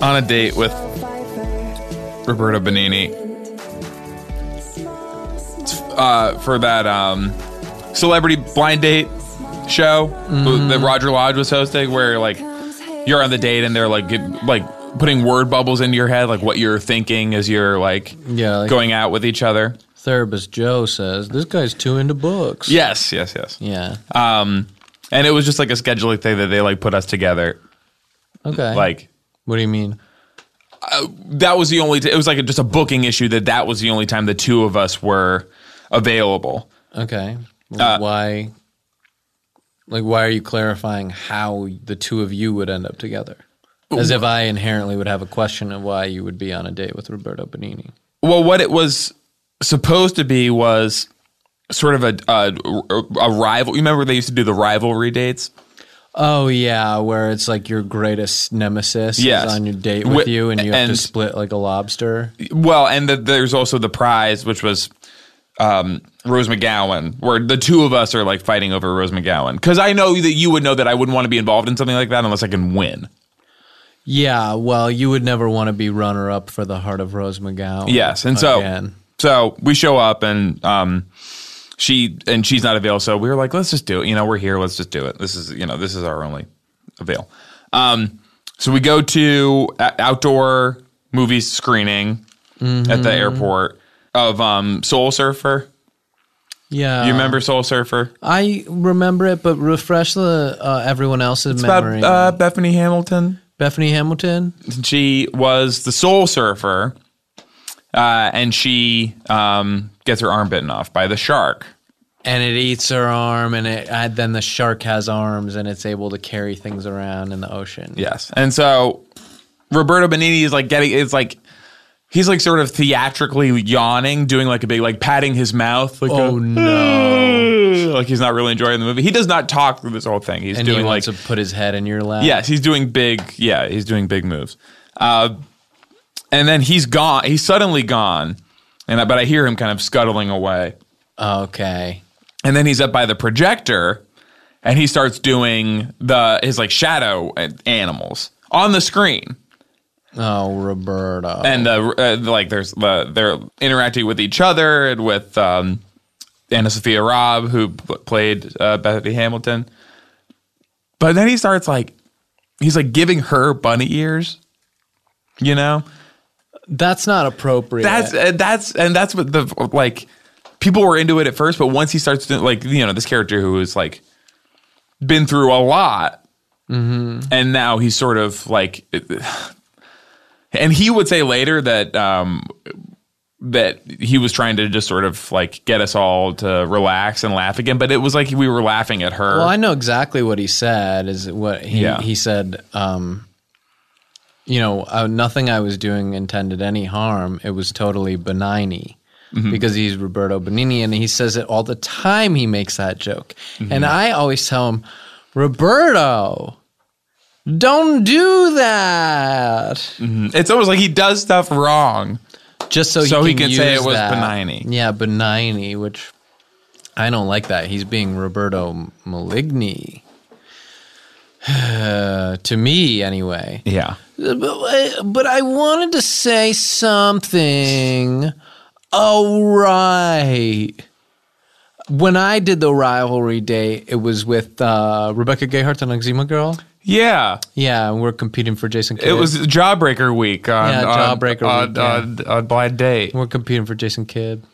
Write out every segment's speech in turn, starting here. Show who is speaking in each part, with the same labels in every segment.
Speaker 1: on a date with Roberto Benini uh, for that um, celebrity blind date show
Speaker 2: Mm-hmm.
Speaker 1: that Roger Lodge was hosting, where like you're on the date and they're like get, like putting word bubbles into your head, like what you're thinking as you're like,
Speaker 2: Yeah, like-
Speaker 1: going out with each other.
Speaker 2: Therapist Joe says this guy's too into books.
Speaker 1: Yes, yes, yes.
Speaker 2: Yeah.
Speaker 1: Um, and it was just like a scheduling thing that they like put us together.
Speaker 2: Okay.
Speaker 1: Like
Speaker 2: what do you mean?
Speaker 1: that was the only. T- it was like a, just a booking issue that that was the only time the two of us were available.
Speaker 2: Okay.
Speaker 1: Uh,
Speaker 2: why? Like, why are you clarifying how the two of you would end up together? As if I inherently would have a question of why you would be on a date with Roberto Benini.
Speaker 1: Well, what it was supposed to be was sort of a a, a rival. You remember they used to do the rivalry dates?
Speaker 2: Oh yeah, where it's like your greatest nemesis
Speaker 1: Yes.
Speaker 2: is on your date with
Speaker 1: Wi-
Speaker 2: you, and you have
Speaker 1: and-
Speaker 2: to split like a lobster.
Speaker 1: Well, and the, there's also the prize, which was um, Rose McGowan, where the two of us are like fighting over Rose McGowan. Because I know that you would know that I wouldn't want to be involved in something like that unless I can win.
Speaker 2: Yeah, well, you would never want to be runner up for the Heart of Rose McGowan.
Speaker 1: Yes, and so
Speaker 2: again.
Speaker 1: so we show up and um, she and she's not available. So we were like, let's just do it. You know, we're here. Let's just do it. This is you know this is our only avail. Um, so we go to a- outdoor movie screening at
Speaker 2: Mm-hmm.
Speaker 1: the airport of um, Soul Surfer.
Speaker 2: yeah, Uh,
Speaker 1: You remember Soul Surfer?
Speaker 2: I remember it, but refresh the uh, everyone else's memory.
Speaker 1: About uh, Bethany Hamilton.
Speaker 2: Bethany Hamilton.
Speaker 1: She was the Soul Surfer, uh, and she um, gets her arm bitten off by the shark.
Speaker 2: and it eats her arm, and it uh, then the shark has arms, and it's able to carry things around in the ocean.
Speaker 1: Yes. And so Roberto Benini is like getting it's like he's like sort of theatrically yawning, doing like a big like patting his mouth like
Speaker 2: Oh
Speaker 1: a-
Speaker 2: no!
Speaker 1: like he's not really enjoying the movie. He does not talk through this whole thing. He's
Speaker 2: And
Speaker 1: doing
Speaker 2: he
Speaker 1: like
Speaker 2: wants to put his head in your lap.
Speaker 1: yes, he's doing big yeah, he's doing big moves. Uh and then he's gone. He's suddenly gone. And I, but I hear him kind of scuttling away.
Speaker 2: Okay.
Speaker 1: And then he's up by the projector and he starts doing the his like shadow uh, animals on the screen.
Speaker 2: Oh, Roberta.
Speaker 1: and uh, uh, like there's uh, they're interacting with each other and with um, Anna Sophia Robb who p- played uh, Bethany Hamilton. But then he starts like he's like giving her bunny ears, you know.
Speaker 2: that's not appropriate.
Speaker 1: That's uh, that's and that's what the like people were into it at first, but once he starts to like you know this character who is like been through a lot,
Speaker 2: Mm-hmm.
Speaker 1: and now he's sort of like, and he would say later that um that he was trying to just sort of like get us all to relax and laugh again, but it was like we were laughing at her.
Speaker 2: Well, I know exactly what he said. Is what he
Speaker 1: Yeah.
Speaker 2: he said. Um, you know, uh, nothing I was doing intended any harm. It was totally benigni. Because he's Roberto Benigni, and he says it all the time. He makes that joke, and I always tell him, "Roberto, don't do that."
Speaker 1: it's almost like he does stuff wrong.
Speaker 2: Just so,
Speaker 1: So
Speaker 2: he
Speaker 1: he
Speaker 2: can,
Speaker 1: can say
Speaker 2: use
Speaker 1: it was
Speaker 2: that.
Speaker 1: benigni.
Speaker 2: Yeah, benigni, which I don't like that. He's being Roberto Maligni. to me, anyway.
Speaker 1: Yeah.
Speaker 2: But I, but I wanted to say something. All right. When I did the rivalry date, it was with uh, Rebecca Gayheart, the Noxema girl.
Speaker 1: Yeah.
Speaker 2: Yeah, and we're competing for Jason Kidd.
Speaker 1: It was Jawbreaker Week on
Speaker 2: Yeah,
Speaker 1: on-
Speaker 2: Jawbreaker
Speaker 1: on,
Speaker 2: Week, yeah.
Speaker 1: on- on Blind Date.
Speaker 2: We're competing for Jason Kidd.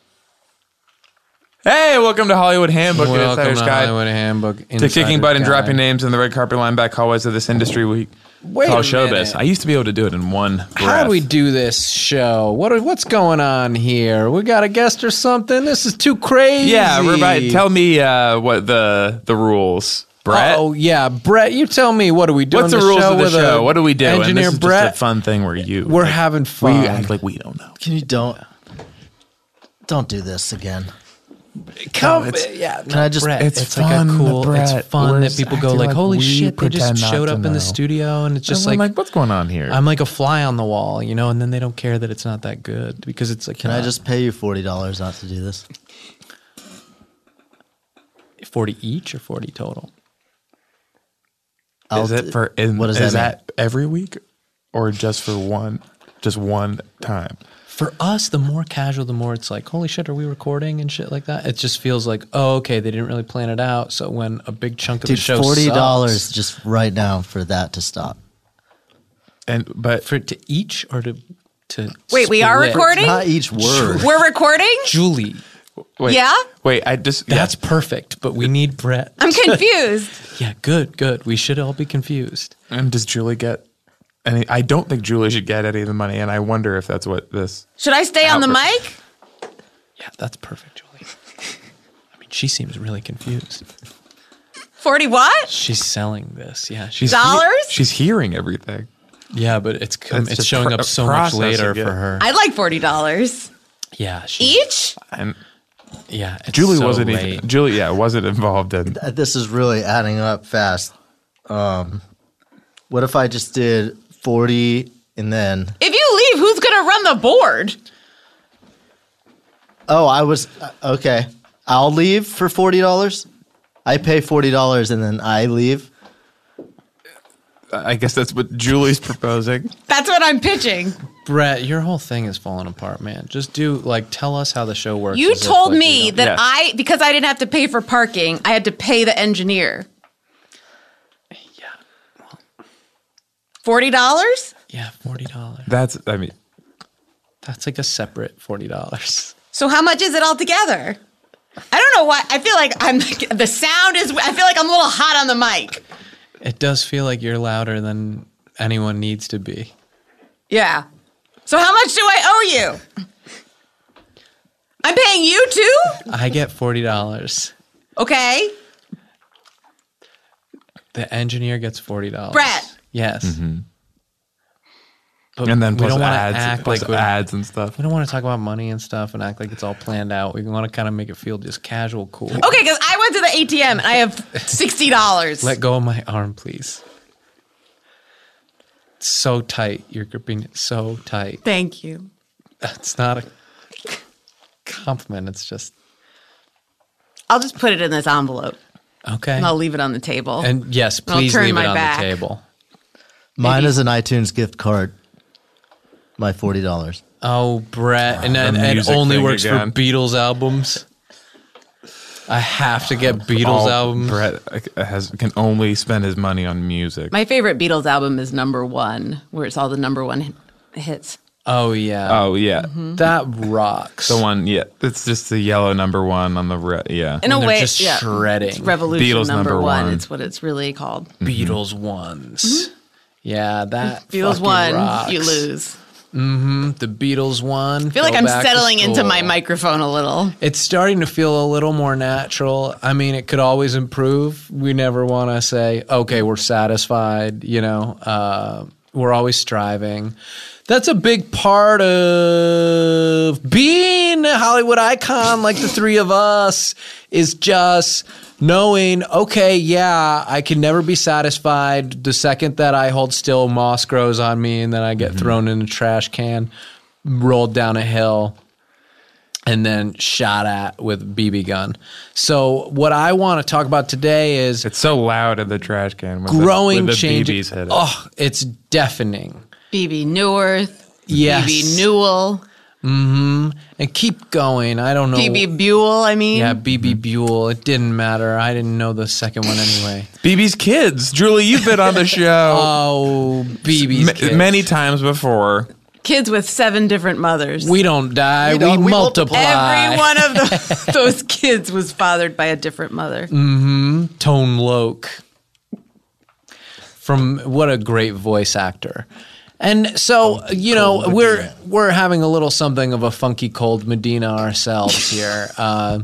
Speaker 1: Hey, welcome to Hollywood Handbook, an
Speaker 2: Welcome
Speaker 1: insider's
Speaker 2: to
Speaker 1: guide
Speaker 2: Hollywood Handbook.
Speaker 1: to kicking butt and dropping
Speaker 2: names.
Speaker 1: names in the red carpet line back hallways of this industry week.
Speaker 2: Wait
Speaker 1: call
Speaker 2: a
Speaker 1: showbiz.
Speaker 2: minute.
Speaker 1: I used to be able to do it in one. Breath.
Speaker 2: How do we do this show? What are, what's going on here? We got a guest or something? This is too crazy.
Speaker 1: Yeah, Rabbi, tell me uh, what the the rules Brett?
Speaker 2: Oh yeah, Brett. You tell me. What are we doing?
Speaker 1: What's the, rules of the
Speaker 2: with a
Speaker 1: show? What do we do? And
Speaker 2: Engineer
Speaker 1: this is
Speaker 2: Brett.
Speaker 1: just a fun thing where you
Speaker 2: We're
Speaker 1: like,
Speaker 2: having
Speaker 1: we
Speaker 2: fun.
Speaker 1: act like we don't know.
Speaker 3: Can you don't don't do this again?
Speaker 2: Come,
Speaker 1: No, it's-
Speaker 2: yeah.
Speaker 3: Can I just?
Speaker 2: It's,
Speaker 1: It's
Speaker 2: like a
Speaker 1: fun, the
Speaker 2: cool. It's
Speaker 1: Brett.
Speaker 2: fun
Speaker 1: We're
Speaker 2: that
Speaker 1: just
Speaker 2: people go
Speaker 1: acting
Speaker 2: like,
Speaker 1: like
Speaker 2: "Holy
Speaker 1: we
Speaker 2: shit!" They just
Speaker 1: pretend not
Speaker 2: showed
Speaker 1: to
Speaker 2: up in
Speaker 1: know.
Speaker 2: the studio, and it's just
Speaker 1: I'm
Speaker 2: like,
Speaker 1: like, what's going on here?
Speaker 2: I'm like a fly on the wall, you know. And then they don't care that it's not that good because it's like, uh,
Speaker 3: Can I just pay you forty dollars not to do this?
Speaker 2: forty each or forty total?
Speaker 3: I'll
Speaker 1: is it
Speaker 3: d-
Speaker 1: for is,
Speaker 3: what does
Speaker 1: is
Speaker 3: that mean?
Speaker 1: that every week or just for one just one time?
Speaker 2: For us, the more casual, the more it's like, holy shit, are we recording and shit like that? It just feels like, oh, okay, they didn't really plan it out. So when a big chunk of the
Speaker 3: Dude,
Speaker 2: show
Speaker 3: forty dollars
Speaker 2: sucks-
Speaker 3: just right now for that to stop.
Speaker 1: And but
Speaker 2: for to each or to to
Speaker 4: Wait, we are
Speaker 2: split?
Speaker 4: recording?
Speaker 3: Not each word.
Speaker 4: We're recording?
Speaker 2: Julie.
Speaker 1: wait,
Speaker 4: Yeah?
Speaker 1: wait, I just yeah.
Speaker 2: That's perfect, but we need Brett.
Speaker 4: I'm confused.
Speaker 2: yeah, good, good. We should all be confused.
Speaker 1: and does Julie get any? I don't think Julie should get any of the money, and I wonder if that's what this.
Speaker 4: Should I stay on the mic?
Speaker 2: Yeah, that's perfect, Julie. I mean, she seems really confused.
Speaker 4: 40 what?
Speaker 2: She's selling this. Yeah, she's
Speaker 4: Dollars?
Speaker 1: She's hearing everything.
Speaker 2: yeah, but it's com-
Speaker 1: It's
Speaker 2: it's,
Speaker 1: just
Speaker 2: showing
Speaker 1: pro-
Speaker 2: up so much
Speaker 1: processing
Speaker 2: later
Speaker 1: it.
Speaker 2: for her.
Speaker 4: I'd like $40
Speaker 2: yeah, she,
Speaker 4: each.
Speaker 1: And
Speaker 2: yeah. It's
Speaker 1: Julie
Speaker 2: so
Speaker 1: wasn't
Speaker 2: late.
Speaker 1: even. Julie, yeah, wasn't involved in.
Speaker 3: Uh, This is really adding up fast. Um, what if I just did forty and then?
Speaker 4: If you leave, who's going to run the board?
Speaker 3: Oh, I was uh, okay. I'll leave for forty dollars. I pay forty dollars and then I leave.
Speaker 1: I guess that's what Julie's proposing.
Speaker 4: That's what I'm pitching.
Speaker 2: Brett, your whole thing is falling apart, man. Just do like tell us how the show works.
Speaker 4: You
Speaker 2: as if,
Speaker 4: told
Speaker 2: like, we
Speaker 4: me
Speaker 2: don't-
Speaker 4: that
Speaker 1: Yeah.
Speaker 4: I, because I didn't have to pay for parking, I had to pay the engineer. Forty dollars?
Speaker 2: yeah, forty dollars.
Speaker 1: That's. I mean,
Speaker 2: That's like a separate forty dollars.
Speaker 4: So how much is it altogether? I don't know why. I feel like I'm. The sound is. I feel like I'm a little hot on the mic.
Speaker 2: It does feel like you're louder than anyone needs to be.
Speaker 4: Yeah. So how much do I owe you? I'm paying you too.
Speaker 2: I get forty dollars.
Speaker 4: Okay.
Speaker 2: The engineer gets forty dollars.
Speaker 4: Brett.
Speaker 2: Yes. But
Speaker 1: Mm-hmm. and then
Speaker 2: we
Speaker 1: plus
Speaker 2: don't want
Speaker 1: ads, uh,
Speaker 2: to act
Speaker 1: plus
Speaker 2: like we
Speaker 1: ads and stuff.
Speaker 2: We don't want to talk about money and stuff and act like it's all planned out. We want to kind of make it feel just casual, cool.
Speaker 4: Okay, because I went to the ATM and I have sixty dollars.
Speaker 2: Let go of my arm, please. It's so tight. You're gripping it so tight.
Speaker 4: Thank you.
Speaker 2: That's not a compliment. It's just
Speaker 4: I'll just put it in this envelope
Speaker 2: okay.
Speaker 4: and I'll leave it on the table.
Speaker 2: And yes,
Speaker 4: I'll
Speaker 2: please
Speaker 4: turn
Speaker 2: leave it
Speaker 4: my
Speaker 2: on
Speaker 4: back.
Speaker 2: the table.
Speaker 3: Mine is an iTunes gift card. My forty dollars.
Speaker 2: Oh, Brett, and and, and
Speaker 1: Ah, music
Speaker 2: only
Speaker 1: thing
Speaker 2: works
Speaker 1: again.
Speaker 2: for Beatles albums. I have to get Beatles
Speaker 1: All
Speaker 2: albums.
Speaker 1: Brett has can only spend his money on music.
Speaker 4: My favorite Beatles album is number one, where it's all the number one hit- hits.
Speaker 2: Oh yeah,
Speaker 1: oh yeah,
Speaker 4: Mm-hmm.
Speaker 2: that rocks.
Speaker 1: the one. Yeah, it's just the yellow number one on the red. Yeah,
Speaker 4: In
Speaker 2: When
Speaker 4: a
Speaker 2: they're
Speaker 4: way,
Speaker 2: just
Speaker 4: yeah,
Speaker 2: shredding.
Speaker 4: It's Revolution
Speaker 1: Beatles
Speaker 4: number,
Speaker 1: number
Speaker 4: one.
Speaker 1: one.
Speaker 4: It's what it's really called.
Speaker 1: Mm-hmm.
Speaker 2: Beatles ones. Yeah, that
Speaker 4: Mm-hmm. Beatles
Speaker 2: fucking
Speaker 4: one,
Speaker 2: rocks.
Speaker 4: you lose.
Speaker 2: The Beatles one.
Speaker 4: I feel like I'm settling into my microphone a little.
Speaker 2: It's starting to feel a little more natural. I mean, it could always improve. We never want to say, okay, we're satisfied, you know, uh, we're always striving. That's a big part of being a Hollywood icon like the three of us is just knowing, okay, yeah, I can never be satisfied. The second that I hold still, moss grows on me and then I get thrown in a trash can, rolled down a hill and then shot at with a BB gun. So what I want to talk about today is
Speaker 1: it's so loud in the trash can. When
Speaker 2: growing
Speaker 1: the, when the
Speaker 2: changes.
Speaker 1: BBs hit it.
Speaker 2: Oh, it's deafening.
Speaker 4: BB Newirth,
Speaker 2: Yes.
Speaker 4: BB Newell,
Speaker 2: and keep going. I don't know.
Speaker 4: BB Buell. I mean,
Speaker 2: Yeah,
Speaker 1: Mm-hmm.
Speaker 2: BB Buell. It didn't matter. I didn't know the second one anyway.
Speaker 1: BB's kids. Julie, you've been on the show
Speaker 2: Oh, BB's
Speaker 1: ma-
Speaker 2: kids.
Speaker 1: many times before.
Speaker 4: kids with seven different mothers.
Speaker 2: We don't die. We,
Speaker 3: don't- we
Speaker 2: multiply.
Speaker 3: multiply.
Speaker 4: Every one of the, those kids was fathered by a different mother.
Speaker 2: Mm, Tone Loke from what a great voice actor. And so,
Speaker 1: Oh,
Speaker 2: you know, we're we're having a little something of a funky cold Medina ourselves here. Uh,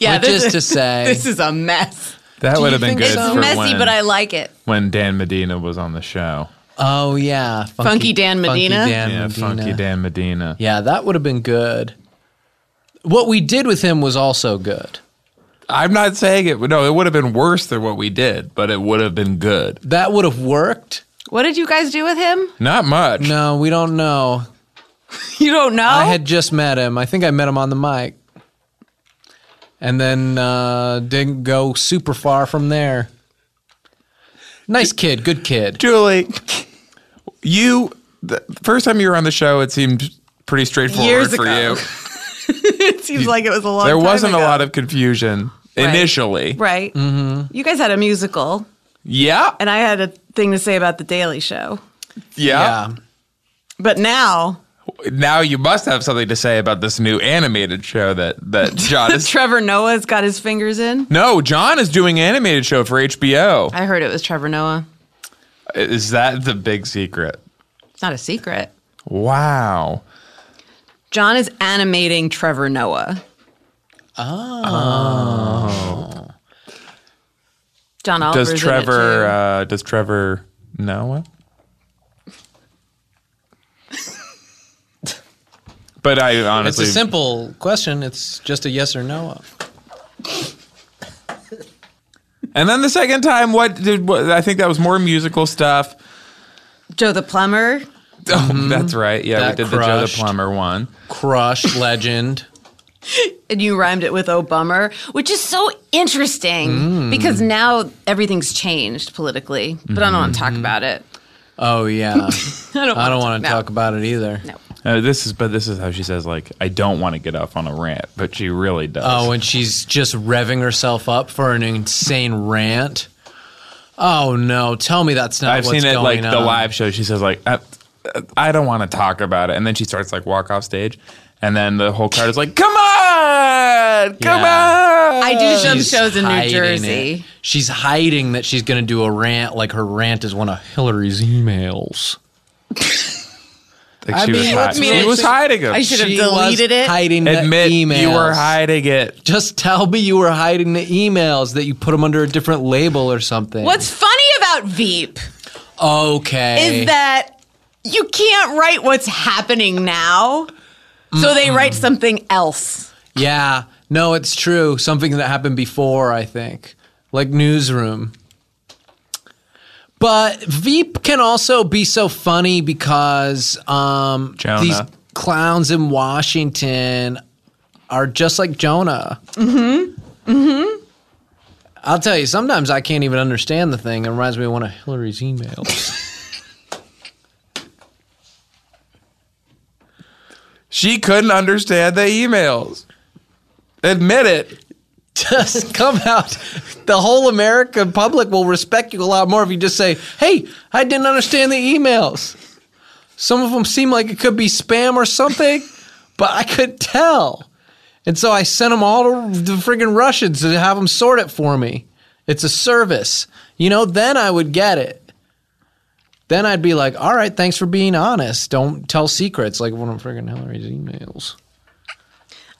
Speaker 4: Yeah,
Speaker 2: Which
Speaker 4: this
Speaker 2: is to say-
Speaker 4: this is a mess.
Speaker 1: That would have been
Speaker 2: think
Speaker 1: good.
Speaker 2: so?
Speaker 1: for
Speaker 4: Messy,
Speaker 1: when,
Speaker 4: but I like it.
Speaker 1: when Dan Medina was on the show.
Speaker 2: Oh yeah, funky,
Speaker 4: Dan Medina?
Speaker 2: Funky Dan
Speaker 1: yeah,
Speaker 2: Medina.
Speaker 1: Funky Dan Medina.
Speaker 2: Yeah, that would have been good. What we did with him was also good.
Speaker 1: I'm not saying it. No, it would have been worse than what we did, but it would have been good.
Speaker 2: That would have worked.
Speaker 4: What did you guys do with him?
Speaker 1: Not much.
Speaker 2: No, we don't know.
Speaker 4: You don't know?
Speaker 2: I had just met him. I think I met him on the mic, and then uh, didn't go super far from there. Nice kid, good kid.
Speaker 1: Julie, you the first time you were on the show, it seemed pretty straightforward
Speaker 4: Years
Speaker 1: for
Speaker 4: ago.
Speaker 1: you.
Speaker 4: it seems like it was a long
Speaker 1: There
Speaker 4: time
Speaker 1: wasn't
Speaker 4: ago.
Speaker 1: a lot of confusion initially.
Speaker 4: Right. Mm-hmm. You guys had a musical,
Speaker 1: Yeah,
Speaker 4: and I had a thing to say about The Daily Show.
Speaker 1: yeah,
Speaker 2: Yeah,
Speaker 4: But now,
Speaker 1: Now you must have something to say about this new animated show that that John is.
Speaker 4: Trevor Noah's got his fingers in.
Speaker 1: no, John is doing an animated show for HBO.
Speaker 4: I heard it was Trevor Noah.
Speaker 1: Is that the big secret?
Speaker 4: It's not a secret.
Speaker 1: Wow.
Speaker 4: John is animating Trevor Noah. Oh. John Oliver's
Speaker 1: does Trevor? Uh, does Trevor know it? but I
Speaker 2: it's
Speaker 1: honestly,
Speaker 2: a simple question. It's just a yes or no.
Speaker 1: and then the second time, what did? What, I think that was more musical stuff.
Speaker 4: Joe the Plumber.
Speaker 1: Oh, that's right. Yeah,
Speaker 2: Mm-hmm. That
Speaker 1: we did the Joe the
Speaker 2: crushed.
Speaker 1: Plumber one.
Speaker 2: Crush legend.
Speaker 4: And you rhymed it with Oh Bummer, which is so interesting because now everything's changed politically, but I don't want to talk about it.
Speaker 2: Oh yeah,
Speaker 4: I don't,
Speaker 2: I don't want to
Speaker 4: no.
Speaker 2: talk about it either.
Speaker 4: No.
Speaker 1: Uh, this is, but this is how she says, like, I don't want to get off on a rant, but she really does.
Speaker 2: Oh, and she's just revving herself up for an insane rant. Oh no! Tell me that's not.
Speaker 1: I've
Speaker 2: what's
Speaker 1: seen it like
Speaker 2: going
Speaker 1: the
Speaker 2: on.
Speaker 1: live show. She says like, I, I don't want to talk about it, and then she starts like walk off stage, and then the whole crowd is like, come on, come
Speaker 2: Yeah.
Speaker 1: on.
Speaker 4: I do some
Speaker 2: She's
Speaker 4: shows in New
Speaker 2: hiding
Speaker 4: Jersey.
Speaker 2: it. She's hiding that she's going to do a rant. Like her rant is one of Hillary's emails.
Speaker 1: Like,
Speaker 2: I
Speaker 1: she was,
Speaker 2: mean,
Speaker 1: hi-
Speaker 2: let's be
Speaker 1: she was
Speaker 2: honest.
Speaker 1: hiding it.
Speaker 4: I should have
Speaker 2: She
Speaker 4: deleted
Speaker 2: was
Speaker 4: it.
Speaker 2: Hiding
Speaker 1: Admit
Speaker 2: the emails.
Speaker 1: you were hiding it.
Speaker 2: Just tell me you were hiding the emails that you put them under a different label or something.
Speaker 4: What's funny about Veep
Speaker 2: okay?
Speaker 4: is that you can't write what's happening now. So they write something else.
Speaker 2: Yeah. No, it's true. Something that happened before, I think, like newsroom. But Veep can also be so funny because um,
Speaker 1: Jonah.
Speaker 2: these clowns in Washington are just like Jonah. Mm hmm. Mm hmm. I'll tell you, sometimes I can't even understand the thing. It reminds me of one of Hillary's emails.
Speaker 1: She couldn't understand the emails. Admit it.
Speaker 2: just come out. The whole American public will respect you a lot more if you just say, "Hey, I didn't understand the emails. Some of them seem like it could be spam or something, but I couldn't tell." And so I sent them all to the friggin' Russians to have them sort it for me. It's a service. You know, then I would get it. Then I'd be like, all right, thanks for being honest. Don't tell secrets like one of friggin' Hillary's emails.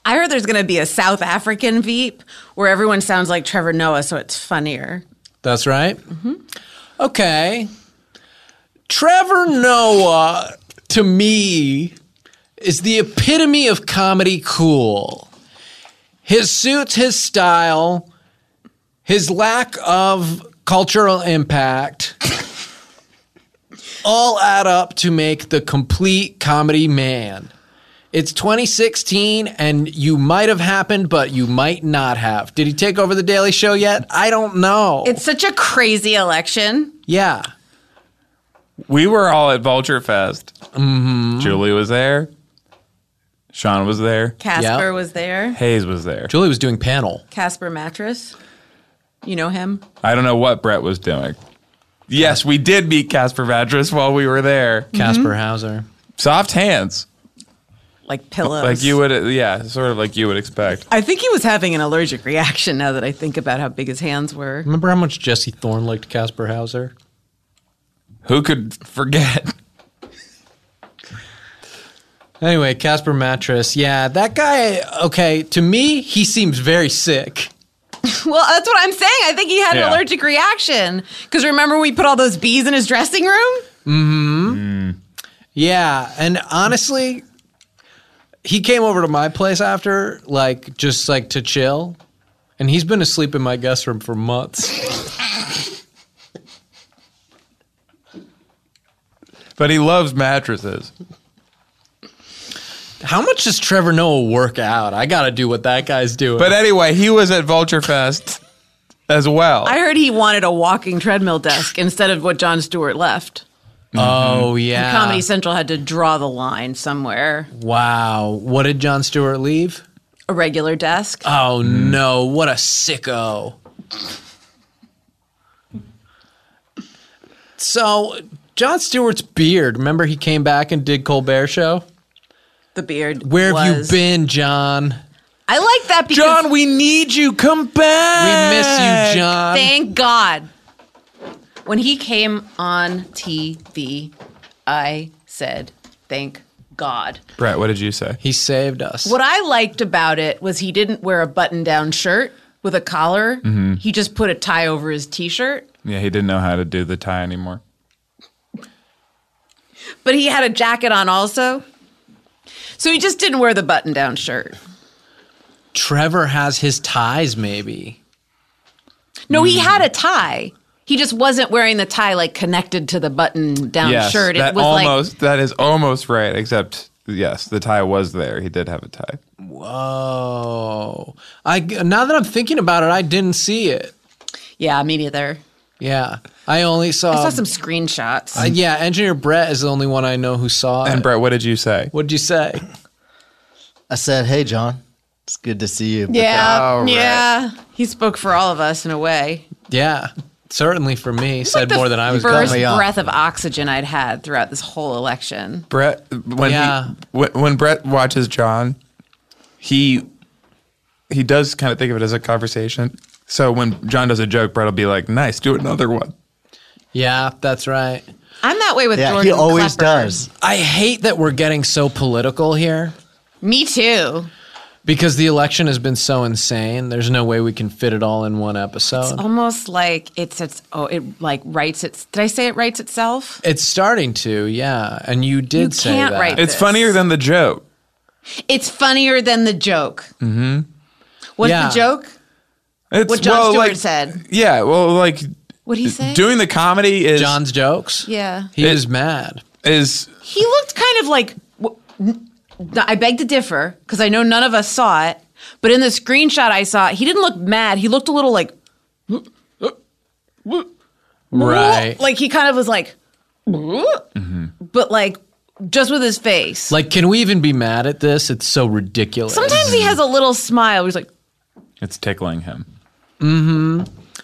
Speaker 4: I heard there's going to be a South African Veep where everyone sounds like Trevor Noah, so it's funnier.
Speaker 2: That's right. Okay. Trevor Noah, to me, is the epitome of comedy cool. His suits, his style, his lack of cultural impact all add up to make the complete comedy man. It's 2016, and you might have happened, but you might not have. Did he take over The Daily Show yet? I don't know.
Speaker 4: It's such a crazy election.
Speaker 2: Yeah.
Speaker 1: We were all at Vulture Fest.
Speaker 2: Mm-hmm.
Speaker 1: Julie was there. Sean was there.
Speaker 4: Casper
Speaker 2: Yeah.
Speaker 4: was there.
Speaker 1: Hayes was there.
Speaker 2: Julie was doing panel.
Speaker 4: Casper Mattress. You know him?
Speaker 1: I don't know what Brett was doing. Yes, we did meet Casper Vadris while we were there.
Speaker 2: Casper Hauser.
Speaker 1: Soft hands,
Speaker 4: Like pillows.
Speaker 1: like you would, yeah, sort of like you would expect.
Speaker 4: I think he was having an allergic reaction now that I think about how big his hands were.
Speaker 2: Remember how much Jesse Thorne liked Casper Hauser?
Speaker 1: Who could forget?
Speaker 2: Anyway, Casper Mattress. Yeah, that guy, okay, to me, he seems very sick.
Speaker 4: Well, that's what I'm saying. I think he had
Speaker 1: Yeah.
Speaker 4: an allergic reaction. Because remember, we put all those bees in his dressing room?
Speaker 2: Yeah, and honestly, he came over to my place after, like just like to chill, and he's been asleep in my guest room for months.
Speaker 1: But he loves mattresses.
Speaker 2: How much does Trevor Noah work out? I gotta do what that guy's doing.
Speaker 1: But anyway, he was at Vulture Fest as well.
Speaker 4: I heard he wanted a walking treadmill desk instead of what John Stewart left.
Speaker 2: oh yeah,
Speaker 4: Comedy Central had to draw the line somewhere.
Speaker 2: Wow, what did John Stewart leave?
Speaker 4: A regular desk.
Speaker 2: Oh
Speaker 1: Mm.
Speaker 2: no, what a sicko. so, John Stewart's beard. Remember, he came back and did Colbert Show.
Speaker 4: the beard.
Speaker 2: Where have
Speaker 4: was-
Speaker 2: you been, John?
Speaker 4: I like that because
Speaker 1: John, we need you. Come
Speaker 2: We
Speaker 1: back.
Speaker 2: miss you, John.
Speaker 4: thank God. When he came on TV, I said, thank God.
Speaker 1: Brett, what did you say?
Speaker 2: he saved us.
Speaker 4: What I liked about it was he didn't wear a button down shirt with a collar. He just put a tie over his t shirt,
Speaker 1: Yeah, he didn't know how to do the tie anymore.
Speaker 4: but he had a jacket on also. So he just didn't wear the button down shirt.
Speaker 2: Trevor has his ties, maybe.
Speaker 4: No, he had a tie. He just wasn't wearing the tie like connected to the button down
Speaker 1: yes,
Speaker 4: shirt.
Speaker 1: that
Speaker 4: was
Speaker 1: almost that is almost right. Except yes, the tie was there. He did have a tie.
Speaker 2: Whoa. I now that I'm thinking about it, I didn't see it.
Speaker 4: like, yeah, me neither.
Speaker 2: Yeah. I only saw,
Speaker 4: I saw some screenshots.
Speaker 2: Uh, yeah, engineer Brett is the only one I know who saw
Speaker 1: And
Speaker 2: it.
Speaker 1: Brett, what did you say?
Speaker 2: What'd you say?
Speaker 3: I said, "Hey, John, it's good to see you." but
Speaker 4: yeah, yeah. He spoke for all of us in a way.
Speaker 2: Yeah. Certainly for me, said
Speaker 4: The
Speaker 2: more than I was going
Speaker 4: First
Speaker 2: to.
Speaker 3: me off.
Speaker 4: breath of oxygen I'd had throughout this whole election.
Speaker 1: Brett when
Speaker 2: Yeah.
Speaker 1: he, when, when Brett watches John, he he does kind of think of it as a conversation. So when John does a joke, Brett will be like, "Nice, do another one."
Speaker 2: Yeah, that's right.
Speaker 4: I'm that way with
Speaker 3: Yeah,
Speaker 4: Jordan.
Speaker 3: he always
Speaker 4: Klepper.
Speaker 3: does.
Speaker 2: I hate that we're getting so political here.
Speaker 4: Me too.
Speaker 2: Because the election has been so insane, there's no way we can fit it all in one episode.
Speaker 4: Almost like it's its oh it like writes its did I say it writes itself?
Speaker 2: It's starting to, yeah. And you did
Speaker 4: You
Speaker 2: say
Speaker 4: can't
Speaker 2: that.
Speaker 4: write
Speaker 1: It's
Speaker 4: This.
Speaker 1: funnier than the joke.
Speaker 4: It's funnier than the joke. Mm-hmm. What's
Speaker 2: Yeah.
Speaker 4: the joke?
Speaker 1: It's
Speaker 4: What Jon
Speaker 1: well,
Speaker 4: Stewart
Speaker 1: like-
Speaker 4: said.
Speaker 1: Yeah, well, like
Speaker 4: What he say?
Speaker 1: doing the comedy is
Speaker 2: John's jokes.
Speaker 4: Yeah.
Speaker 2: He
Speaker 1: It-
Speaker 2: is mad.
Speaker 1: is
Speaker 4: He looked kind of like. w- n- I beg to differ because I know none of us saw it, but in the screenshot I saw, he didn't look mad. He looked a little like
Speaker 2: Right. Mm-hmm.
Speaker 4: like he kind of was like, but like just with his face.
Speaker 2: Like, can we even be mad at this? It's so ridiculous.
Speaker 4: Sometimes he has a little smile. He's like,
Speaker 1: it's tickling him.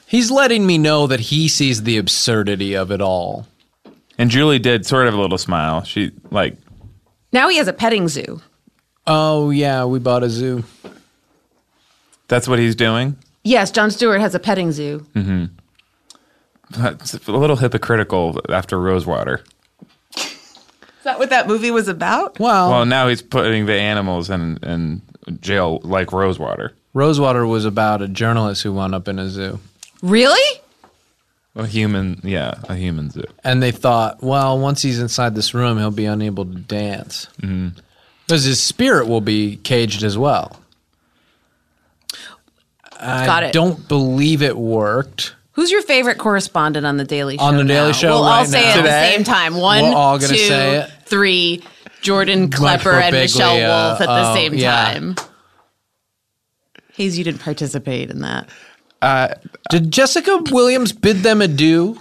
Speaker 2: He's letting me know that he sees the absurdity of it all.
Speaker 1: And Julie did sort of a little smile. She like
Speaker 4: now he has a petting zoo.
Speaker 2: Oh, yeah, we bought a zoo.
Speaker 1: that's what he's doing.
Speaker 4: Yes, John Stewart has a petting zoo.
Speaker 2: Mm.
Speaker 1: It's a little hypocritical after Rosewater.
Speaker 4: Is that what that movie was about?
Speaker 2: Well,
Speaker 1: Well, now he's putting the animals in in jail like Rosewater.
Speaker 2: Rosewater was about a journalist who wound up in a zoo.
Speaker 4: Really?
Speaker 1: A human, yeah, a human zoo.
Speaker 2: And they thought, well, once he's inside this room, he'll be unable to dance. Because his spirit will be caged as well. I
Speaker 4: Got it.
Speaker 2: don't believe it worked.
Speaker 4: Who's your favorite correspondent on the Daily Show?
Speaker 2: On The Daily
Speaker 4: now?
Speaker 2: Show
Speaker 4: we'll all
Speaker 2: right
Speaker 4: say
Speaker 2: now.
Speaker 4: it at
Speaker 2: Today?
Speaker 4: the same time. One,
Speaker 2: We're all gonna
Speaker 4: two,
Speaker 2: say it.
Speaker 4: three. Jordan
Speaker 2: Mike
Speaker 4: Klepper and
Speaker 2: Birbiglia.
Speaker 4: Michelle Wolf at the
Speaker 2: Oh,
Speaker 4: same
Speaker 2: yeah.
Speaker 4: time. Hayes, you didn't participate in that.
Speaker 2: Did Jessica Williams bid them adieu?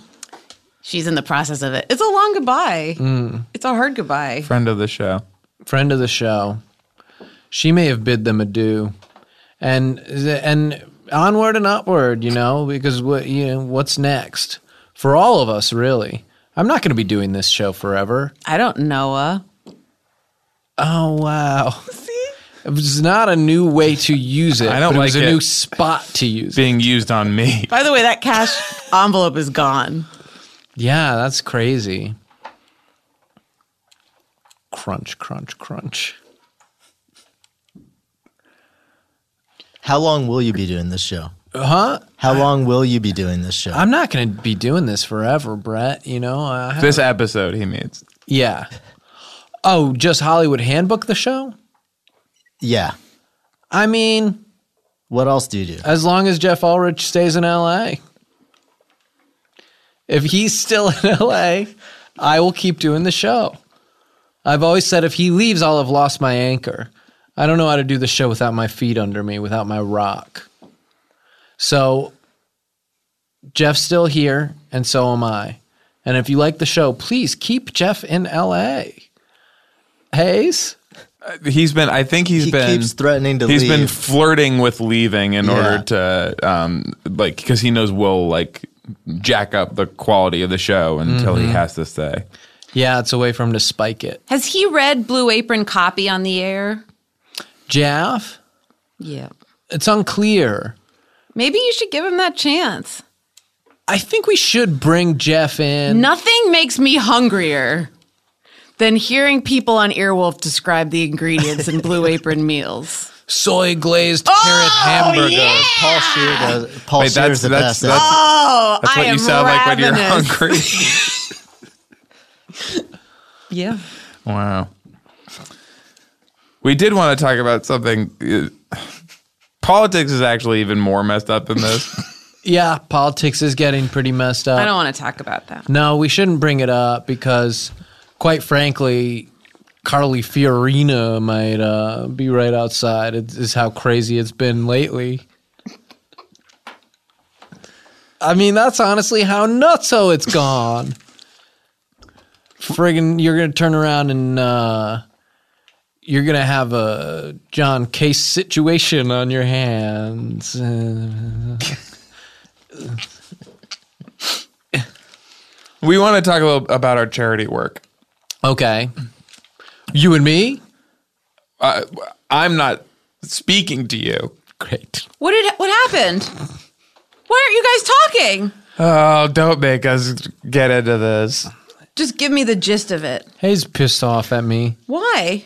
Speaker 4: She's in the process of it. It's a long goodbye.
Speaker 2: Mm.
Speaker 4: It's a hard goodbye.
Speaker 1: Friend of the show.
Speaker 2: Friend of the show. She may have bid them adieu. And and onward and upward, you know, because what you know, what's next? For all of us, really. I'm not going to be doing this show forever.
Speaker 4: I don't know. Uh,
Speaker 2: Oh wow! it was not a new way to use it.
Speaker 1: I don't
Speaker 2: but it was
Speaker 1: like
Speaker 2: a
Speaker 1: it.
Speaker 2: new spot to use. it.
Speaker 1: Being used on me.
Speaker 4: by the way, that cash envelope is gone.
Speaker 2: Yeah, that's crazy. Crunch, crunch, crunch.
Speaker 3: How long will you be doing this show? How long will you be doing this show?
Speaker 2: I'm not going to be doing this forever, Brett. You know, I have-
Speaker 1: This episode he means.
Speaker 2: yeah. Oh, just Hollywood Handbook the show?
Speaker 3: yeah.
Speaker 2: I mean,
Speaker 3: What else do you do?
Speaker 2: as long as Jeff Ulrich stays in LA. If he's still in LA, I will keep doing the show. I've always said if he leaves, I'll have lost my anchor. I don't know how to do the show without my feet under me, without my rock. So Jeff's still here, and so am I. And if you like the show, please keep Jeff in LA. Hayes?
Speaker 1: He's been. I think he's
Speaker 3: He
Speaker 1: been.
Speaker 3: keeps threatening to
Speaker 1: He's been
Speaker 3: leave.
Speaker 1: flirting with leaving in
Speaker 3: Yeah.
Speaker 1: order to, um, like, because he knows we'll like jack up the quality of the show until
Speaker 3: Mm-hmm.
Speaker 1: he has to say.
Speaker 2: Yeah, it's a way for him to spike it.
Speaker 4: Has he read Blue Apron copy on the air?
Speaker 2: Jeff?
Speaker 4: Yeah.
Speaker 2: It's unclear.
Speaker 4: Maybe you should give him that chance.
Speaker 2: I think we should bring Jeff in.
Speaker 4: Nothing makes me hungrier than hearing people on Earwolf describe the ingredients in Blue Apron meals.
Speaker 2: Soy glazed carrot
Speaker 4: Oh,
Speaker 2: hamburger.
Speaker 3: Paul Shear does. Paul
Speaker 1: Wait, that's
Speaker 3: Shear's the
Speaker 1: that's
Speaker 3: best.
Speaker 1: that's,
Speaker 4: Oh,
Speaker 1: that's
Speaker 4: I
Speaker 1: what
Speaker 4: am
Speaker 1: you sound like when you're
Speaker 4: ravenous.
Speaker 1: hungry.
Speaker 4: Yeah.
Speaker 1: Wow. We did want to talk about something. uh, Politics is actually even more messed up than this.
Speaker 2: Yeah, politics is getting pretty messed up.
Speaker 4: I don't want to talk about that.
Speaker 2: No, we shouldn't bring it up because, quite frankly, Carly Fiorina might uh, be right outside. It is how crazy it's been lately. I mean, that's honestly how nutso it's gone. Friggin', you're gonna turn around and uh, you're gonna have a John Case situation on your hands. Uh,
Speaker 1: we want to talk a little about our charity work.
Speaker 2: okay, you and me.
Speaker 1: I'm not speaking to you.
Speaker 2: Great.
Speaker 4: What did what happened? Why aren't you guys talking?
Speaker 1: Oh, don't make us get into this.
Speaker 4: Just give me the gist of it.
Speaker 2: Hayes pissed off at me.
Speaker 4: Why?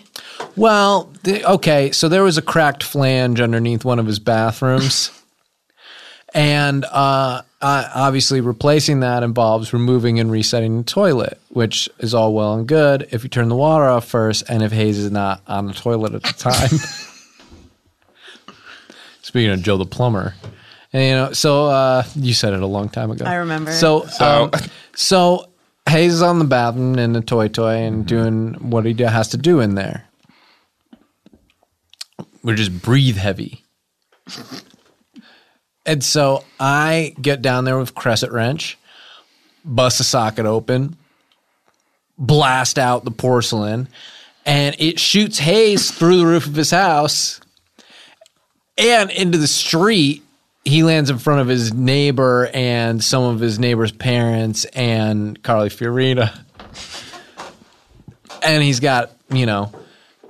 Speaker 2: Well, the, okay, so there was a cracked flange underneath one of his bathrooms. and uh, uh, obviously, replacing that involves removing and resetting the toilet, which is all well and good if you turn the water off first and if Hayes is not on the toilet at the time. Speaking of Joe the plumber. And, you know, so uh, you said it a long time ago.
Speaker 4: I remember.
Speaker 2: So, um, so Hayes is on the bathroom in the toy toy and doing what he do- has to do in there, which is breathe heavy. and so I get down there with crescent wrench, bust the socket open, blast out the porcelain, and it shoots Hayes through the roof of his house and into the street he lands in front of his neighbor and some of his neighbor's parents and Carly Fiorina. And he's got, you know,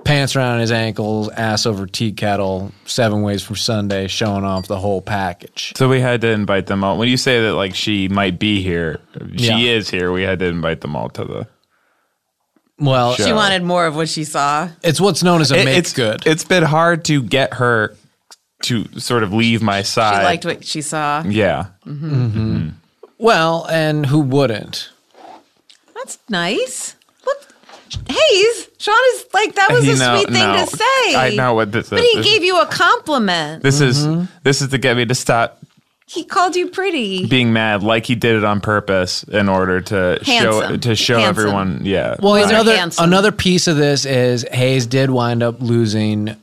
Speaker 2: pants around his ankles, ass over tea kettle, seven ways from Sunday, showing off the whole package.
Speaker 1: So we had to invite them all. When you say that, like she might be here, she
Speaker 2: Yeah.
Speaker 1: is here. We had to invite them all to the.
Speaker 2: Well,
Speaker 1: Sure.
Speaker 4: She wanted more of what she saw.
Speaker 2: it's what's known as a
Speaker 1: It-
Speaker 2: make
Speaker 1: it's
Speaker 2: good.
Speaker 1: It's been hard to get her to sort of leave my
Speaker 4: She
Speaker 1: side.
Speaker 4: liked what she saw.
Speaker 1: yeah,
Speaker 2: well, and who wouldn't?
Speaker 4: That's nice. Look, Hayes, Sean is like that was
Speaker 1: He
Speaker 4: a
Speaker 1: know-
Speaker 4: sweet thing
Speaker 1: no.
Speaker 4: to say.
Speaker 1: I know what this
Speaker 4: But
Speaker 1: is.
Speaker 4: he
Speaker 1: This-
Speaker 4: gave you Mm-hmm. a compliment.
Speaker 1: this is this is to get me to stop
Speaker 4: He called you pretty.
Speaker 1: being mad like he did it on purpose in order to show
Speaker 4: Handsome.
Speaker 1: to show
Speaker 4: Handsome.
Speaker 1: everyone yeah
Speaker 2: Well,
Speaker 4: Those are
Speaker 2: another
Speaker 4: handsome.
Speaker 2: another piece of this is Hayes did wind up losing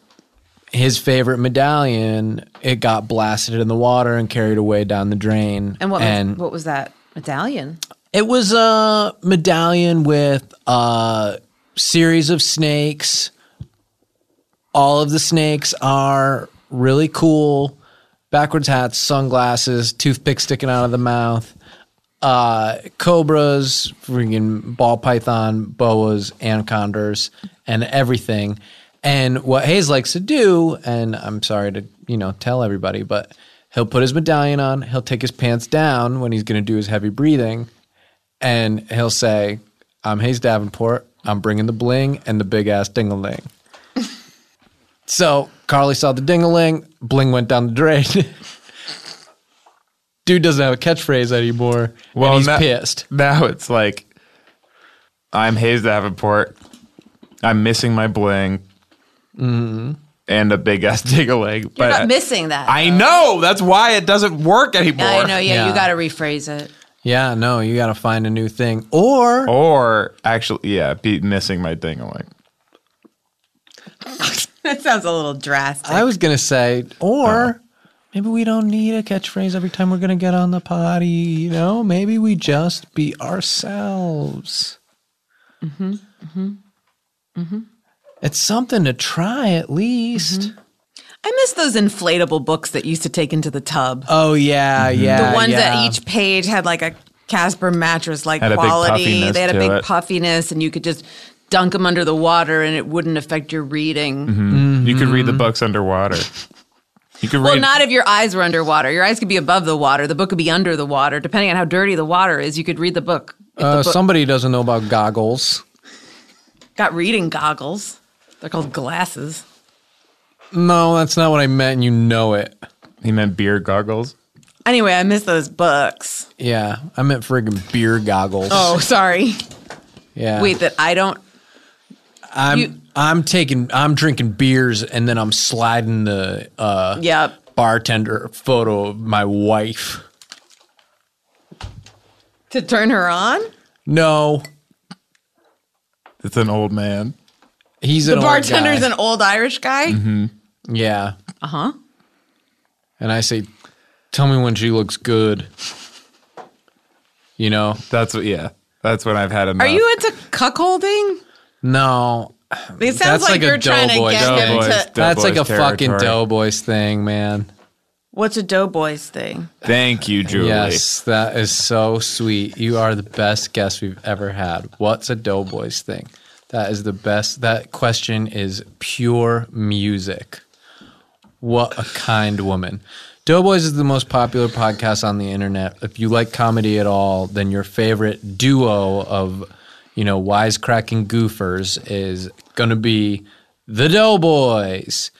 Speaker 2: his favorite medallion. It got blasted in the water and carried away down the drain.
Speaker 4: and what what was that medallion?
Speaker 2: it was a medallion with a series of snakes. All of the snakes are really cool. Backwards hats, sunglasses, toothpick sticking out of the mouth, uh, cobras, freaking ball python, boas, anaconders, and everything. And what Hayes likes to do, and I'm sorry to you know tell everybody, but he'll put his medallion on, he'll take his pants down when he's going to do his heavy breathing, and he'll say, "I'm Hayes Davenport. I'm bringing the bling and the big ass dingaling." so Carly saw the dingaling, bling went down the drain, dude doesn't have a catchphrase anymore. Well,
Speaker 1: Well,
Speaker 2: he's
Speaker 1: now-
Speaker 2: pissed.
Speaker 1: Now it's like, I'm Hayes Davenport. I'm missing my bling
Speaker 2: Mm-hmm.
Speaker 1: and a big ass diggle leg.
Speaker 4: You're
Speaker 1: but
Speaker 4: not missing that.
Speaker 1: I know. That's why it doesn't work anymore.
Speaker 4: I know. Yeah,
Speaker 2: Yeah.
Speaker 4: you got to rephrase it.
Speaker 2: Yeah, no, you got to find a new thing. Or
Speaker 1: Or actually, yeah, be missing my dingle leg.
Speaker 4: That sounds a little drastic.
Speaker 2: I was gonna say, uh-huh. or maybe we don't need a catchphrase every time we're gonna get on the potty. You know, maybe we just be ourselves. Mm-hmm. Mm-hmm. Mm-hmm. It's something to try at least.
Speaker 4: Mm-hmm. I miss those inflatable books that used to take into the tub.
Speaker 2: Oh yeah, yeah.
Speaker 4: the ones
Speaker 2: yeah. Uh,
Speaker 4: that each page had like a Casper mattress like
Speaker 1: Had a big
Speaker 4: quality.
Speaker 1: puffiness
Speaker 4: They had a
Speaker 1: to
Speaker 4: big
Speaker 1: it.
Speaker 4: puffiness, and you could just dunk them under the water, and it wouldn't affect your reading.
Speaker 1: You could
Speaker 2: Mm-hmm.
Speaker 1: read the books underwater. You could
Speaker 4: Well,
Speaker 1: read.
Speaker 4: not if your eyes were underwater. Your eyes could be above the water. The book could be under the water, depending on how dirty the water is. You could read the book. If
Speaker 2: Uh,
Speaker 4: the book
Speaker 2: somebody doesn't know about goggles.
Speaker 4: got reading goggles. They're called glasses.
Speaker 2: No, that's not what I meant. and You know it.
Speaker 1: he meant beer goggles.
Speaker 4: Anyway, I miss those books.
Speaker 2: Yeah, I meant friggin' beer goggles.
Speaker 4: Oh, sorry.
Speaker 2: yeah.
Speaker 4: Wait, that I don't.
Speaker 2: I'm
Speaker 4: you-
Speaker 2: I'm taking I'm drinking beers and then I'm sliding the uh,
Speaker 4: Yep.
Speaker 2: bartender photo of my wife.
Speaker 4: To turn her on?
Speaker 2: No,
Speaker 1: It's an old man.
Speaker 2: he's
Speaker 4: The
Speaker 2: an
Speaker 4: bartender's
Speaker 2: old
Speaker 4: an old Irish guy?
Speaker 2: guy. yeah,
Speaker 4: Uh huh.
Speaker 2: and I say, tell me when she looks good. You know,
Speaker 1: That's what. Yeah, that's when I've had enough.
Speaker 4: Are you into cuckolding?
Speaker 2: no,
Speaker 4: It sounds
Speaker 2: That's
Speaker 4: like,
Speaker 2: like a
Speaker 4: you're trying to
Speaker 2: doughboy.
Speaker 4: get
Speaker 1: Doughboys.
Speaker 4: him to.
Speaker 2: that's like a
Speaker 1: Doughboys
Speaker 2: fucking
Speaker 1: territory.
Speaker 2: doughboys thing, man.
Speaker 4: What's a doughboys thing?
Speaker 1: Thank you, Julie.
Speaker 2: Yes, that is so sweet. You are the best guest we've ever had. What's a doughboys thing? That is the best. That question is pure music. What a kind woman. Doughboys is the most popular podcast on the internet. If you like comedy at all, then your favorite duo of, you know, wisecracking goofers is going to be the Doughboys.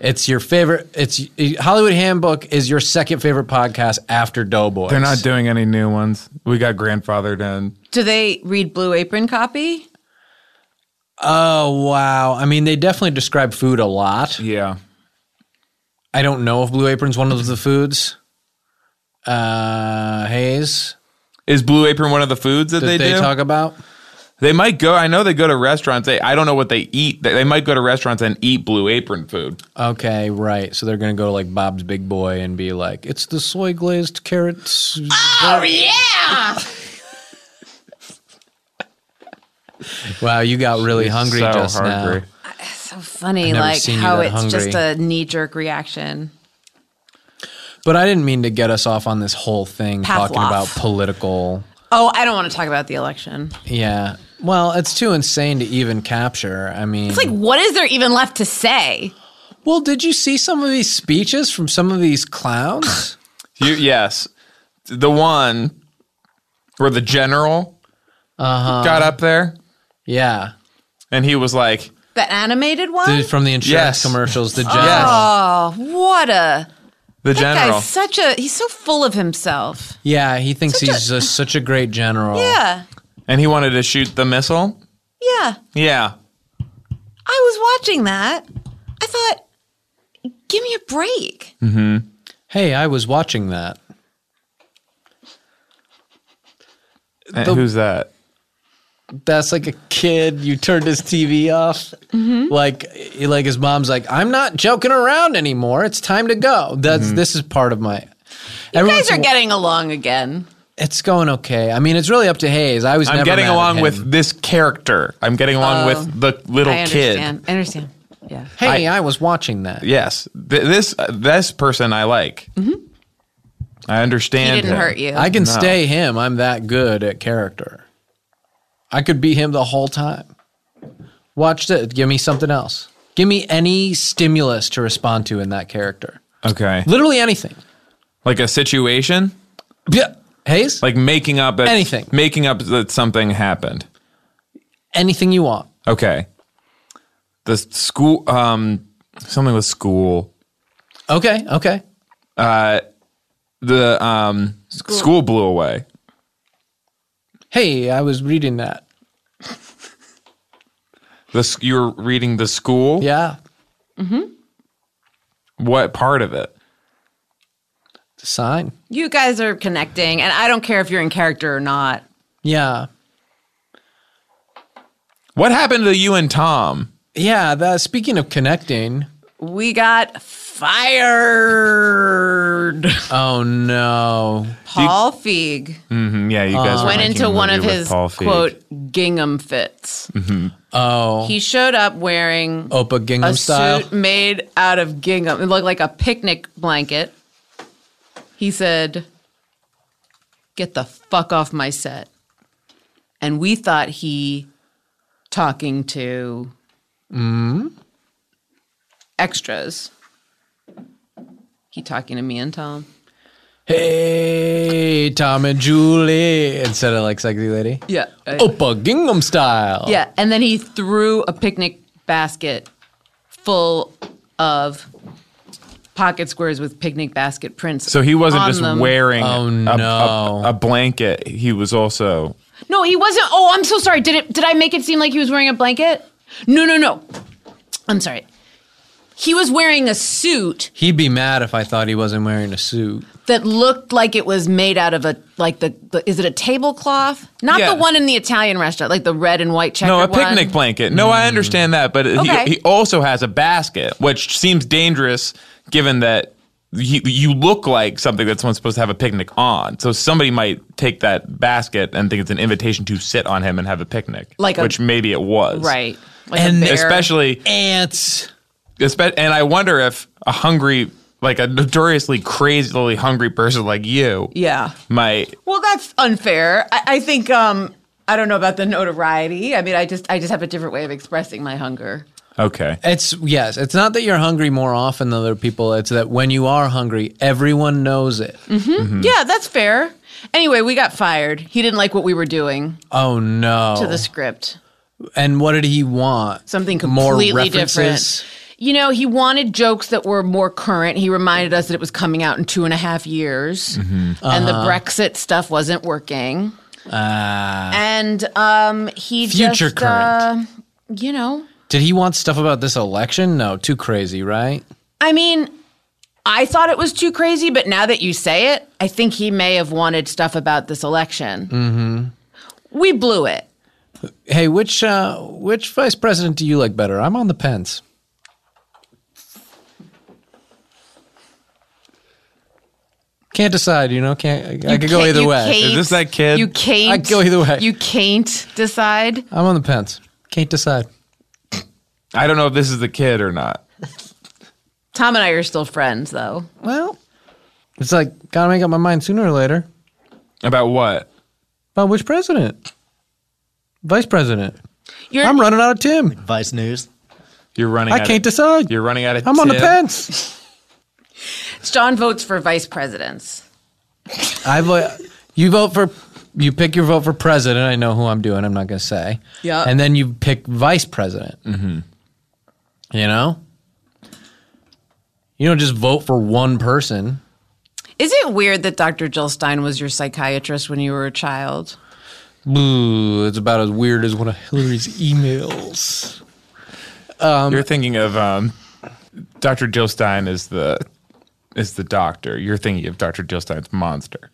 Speaker 2: It's your favorite. It's Hollywood Handbook is your second favorite podcast after Doughboys.
Speaker 1: They're not doing any new ones. We got grandfathered in.
Speaker 4: Do they read Blue Apron copy?
Speaker 2: Oh wow! I mean, they definitely describe food a lot.
Speaker 1: Yeah.
Speaker 2: I don't know if Blue Apron's one of the foods. Uh, Hayes,
Speaker 1: Is Blue Apron one of the foods that
Speaker 2: did
Speaker 1: they,
Speaker 2: they,
Speaker 1: do?
Speaker 2: talk about?
Speaker 1: they might go. I know they go to restaurants. They, I don't know what they eat. They, they might go to restaurants and eat Blue Apron food.
Speaker 2: Okay, right. So they're gonna go to like Bob's Big Boy and be like, "It's the soy glazed carrots."
Speaker 4: Oh, yeah.
Speaker 2: Wow, you got really hungry
Speaker 1: so
Speaker 2: just
Speaker 1: hungry.
Speaker 2: now.
Speaker 4: so funny,
Speaker 2: I've never
Speaker 4: like
Speaker 2: seen you
Speaker 4: how
Speaker 2: that
Speaker 4: it's just
Speaker 2: hungry.
Speaker 4: a knee jerk reaction.
Speaker 2: But I didn't mean to get us off on this whole thing talking
Speaker 4: Pavlov.
Speaker 2: about political.
Speaker 4: Oh, I don't want to talk about the election.
Speaker 2: Yeah. Well, it's too insane to even capture. I mean,
Speaker 4: It's like, what is there even left to say?
Speaker 2: well, did you see some of these speeches from some of these clowns?
Speaker 1: You, yes. The one where the general
Speaker 2: Uh-huh.
Speaker 1: got up there
Speaker 2: yeah.
Speaker 1: and he was like,
Speaker 4: The animated one?
Speaker 2: The- from the
Speaker 1: Yes.
Speaker 2: insurance commercials, the general.
Speaker 1: Yes.
Speaker 4: oh, what a.
Speaker 1: The
Speaker 4: That
Speaker 1: general.
Speaker 4: guy's such a. He's so full of himself.
Speaker 2: Yeah, he thinks he's just such a great general.
Speaker 4: Yeah.
Speaker 1: And he wanted to shoot the missile.
Speaker 4: Yeah.
Speaker 1: Yeah.
Speaker 4: I was watching that. I thought, give me a break.
Speaker 2: Hey, I was watching that.
Speaker 1: And Uh, who's that?
Speaker 2: That's like a kid. You turned his TV off.
Speaker 4: Mm-hmm.
Speaker 2: Like, like his mom's like, I'm not joking around anymore. It's time to go. That's
Speaker 1: Mm-hmm.
Speaker 2: this is part of my.
Speaker 4: You guys are getting along again.
Speaker 2: It's going okay. I mean, it's really up to Hayes. I was.
Speaker 1: I'm
Speaker 2: never
Speaker 1: getting
Speaker 2: mad at
Speaker 1: along
Speaker 2: him.
Speaker 1: with this character. I'm getting along with the little
Speaker 4: Oh, I
Speaker 1: kid.
Speaker 4: understand. I understand. Yeah.
Speaker 2: Hey, I, was watching that.
Speaker 1: Yes, Th- this uh, this person I like. I
Speaker 4: Mm-hmm. He
Speaker 1: understand.
Speaker 4: didn't
Speaker 1: him.
Speaker 4: hurt you.
Speaker 2: I can stay him. I'm that good at character. I could be him the whole time. Watch it. Give me something else. Give me any stimulus to respond to in that character.
Speaker 1: Okay,
Speaker 2: Literally anything.
Speaker 1: like a situation,
Speaker 2: Yeah. Hayes,
Speaker 1: like making up a,
Speaker 2: Anything.
Speaker 1: making up that something happened.
Speaker 2: anything you want.
Speaker 1: Okay, the school, um, something with school.
Speaker 2: Okay. Okay.
Speaker 1: the um, school. blew away.
Speaker 2: Hey, I was reading that.
Speaker 1: The, s- you were reading the school.
Speaker 2: Yeah.
Speaker 1: What part of it?
Speaker 2: The sign.
Speaker 4: You guys are connecting, and I don't care if you're in character or not.
Speaker 2: Yeah.
Speaker 1: What happened to you and Tom?
Speaker 2: Yeah. That, speaking of connecting,
Speaker 4: We got fired.
Speaker 1: Uh,
Speaker 2: oh no.
Speaker 4: Paul Feig
Speaker 1: Mm-hmm. Yeah, you guys
Speaker 4: Uh, went into one of his quote gingham fits.
Speaker 1: Mm-hmm.
Speaker 2: Oh.
Speaker 4: He showed up wearing
Speaker 2: Opa Gingham
Speaker 4: a
Speaker 2: style.
Speaker 4: suit made out of gingham. It looked like a picnic blanket. He said, "Get the fuck off my set." And we thought he talking to
Speaker 1: Mm-hmm.
Speaker 4: extras. He talking to me and Tom.
Speaker 2: Hey, Tom and Julie. Instead of like sexy lady.
Speaker 4: Yeah.
Speaker 2: Opa Gingham style.
Speaker 4: Yeah, and then he threw a picnic basket full of pocket squares with picnic basket prints.
Speaker 1: So he wasn't
Speaker 4: on
Speaker 1: just
Speaker 4: them.
Speaker 1: wearing
Speaker 2: Oh,
Speaker 1: a-
Speaker 2: no.
Speaker 1: a, a blanket. He was also
Speaker 4: No, he wasn't. Oh, I'm so sorry. Did it? Did I make it seem like he was wearing a blanket? No, no, no. I'm sorry. He was wearing a suit
Speaker 2: He'd be mad if I thought he wasn't wearing a suit.
Speaker 4: that looked like it was made out of a like the, the is it a tablecloth? Not
Speaker 1: Yeah.
Speaker 4: the one in the Italian restaurant, like the red and white checkered
Speaker 1: no a
Speaker 4: one.
Speaker 1: picnic blanket. No,
Speaker 2: Mm.
Speaker 1: I understand that, but
Speaker 4: Okay.
Speaker 1: he, he also has a basket, which seems dangerous given that he, you look like something that someone's supposed to have a picnic on. So somebody might take that basket and think it's an invitation to sit on him and have a picnic,
Speaker 4: Like a-
Speaker 1: which maybe it was,
Speaker 4: right? Like a
Speaker 2: And
Speaker 4: bear.
Speaker 1: Especially
Speaker 2: Ants.
Speaker 1: Espe- and I wonder if a hungry, like a notoriously crazily hungry person like you,
Speaker 4: yeah.
Speaker 1: might.
Speaker 4: Well, that's unfair. I, I think um, I don't know about the notoriety. I mean, I just I just have a different way of expressing my hunger.
Speaker 1: Okay.
Speaker 2: It's yes. It's not that you're hungry more often than other people. It's that when you are hungry, everyone knows it.
Speaker 4: Mm.
Speaker 1: Hmm.
Speaker 4: Yeah, that's fair. Anyway, we got fired. He didn't like what we were doing
Speaker 2: Oh no.
Speaker 4: to the script.
Speaker 2: and what did he want?
Speaker 4: Something
Speaker 2: More
Speaker 4: completely
Speaker 2: references?
Speaker 4: different. You know, he wanted jokes that were more current. He reminded us that it was coming out in two and a half years,
Speaker 2: Mm-hmm.
Speaker 4: and
Speaker 2: Uh-huh.
Speaker 4: the Brexit stuff wasn't working. and um, he
Speaker 2: Uh, Future
Speaker 4: just,
Speaker 2: current.
Speaker 4: uh, you know,
Speaker 2: Did he want stuff about this election? No, too crazy, right?
Speaker 4: I mean, I thought it was too crazy, but now that you say it, I think he may have wanted stuff about this election. Mm-hmm. We blew it.
Speaker 2: Hey, which uh, which vice president do you like better? I'm on the Pence. Can't decide, you know. Can't I, I
Speaker 4: You
Speaker 2: could go
Speaker 4: can't-
Speaker 2: either
Speaker 4: you
Speaker 2: way.
Speaker 4: can't-
Speaker 1: Is this that kid?
Speaker 4: You can't.
Speaker 2: I go either way.
Speaker 4: You can't decide.
Speaker 2: I'm on the Pence. Can't decide.
Speaker 1: I don't know if this is the kid or not.
Speaker 4: Tom and I are still friends, though.
Speaker 2: Well, it's like gotta make up my mind sooner or later
Speaker 1: About what?
Speaker 2: about which president, vice president.
Speaker 4: You're,
Speaker 2: I'm running out of Tim.
Speaker 3: Vice News.
Speaker 1: You're running.
Speaker 2: I
Speaker 1: out
Speaker 2: can't
Speaker 1: Of,
Speaker 2: decide.
Speaker 1: you're running out of.
Speaker 2: I'm on the
Speaker 1: tip.
Speaker 2: Pence.
Speaker 4: John votes for vice presidents.
Speaker 2: I vote. You vote for. You pick your vote for president. I know who I'm doing. I'm not gonna say.
Speaker 4: Yeah.
Speaker 2: And then you pick vice president. Mm-hmm. You know. You don't just vote for one person.
Speaker 4: Is it weird that Dr. Jill Stein was your psychiatrist when you were a child?
Speaker 2: Boo! It's about as weird as one of Hillary's emails.
Speaker 1: You're thinking of um, Dr. Jill Stein is the is the doctor. You're thinking of Dr. Jill Stein's monster.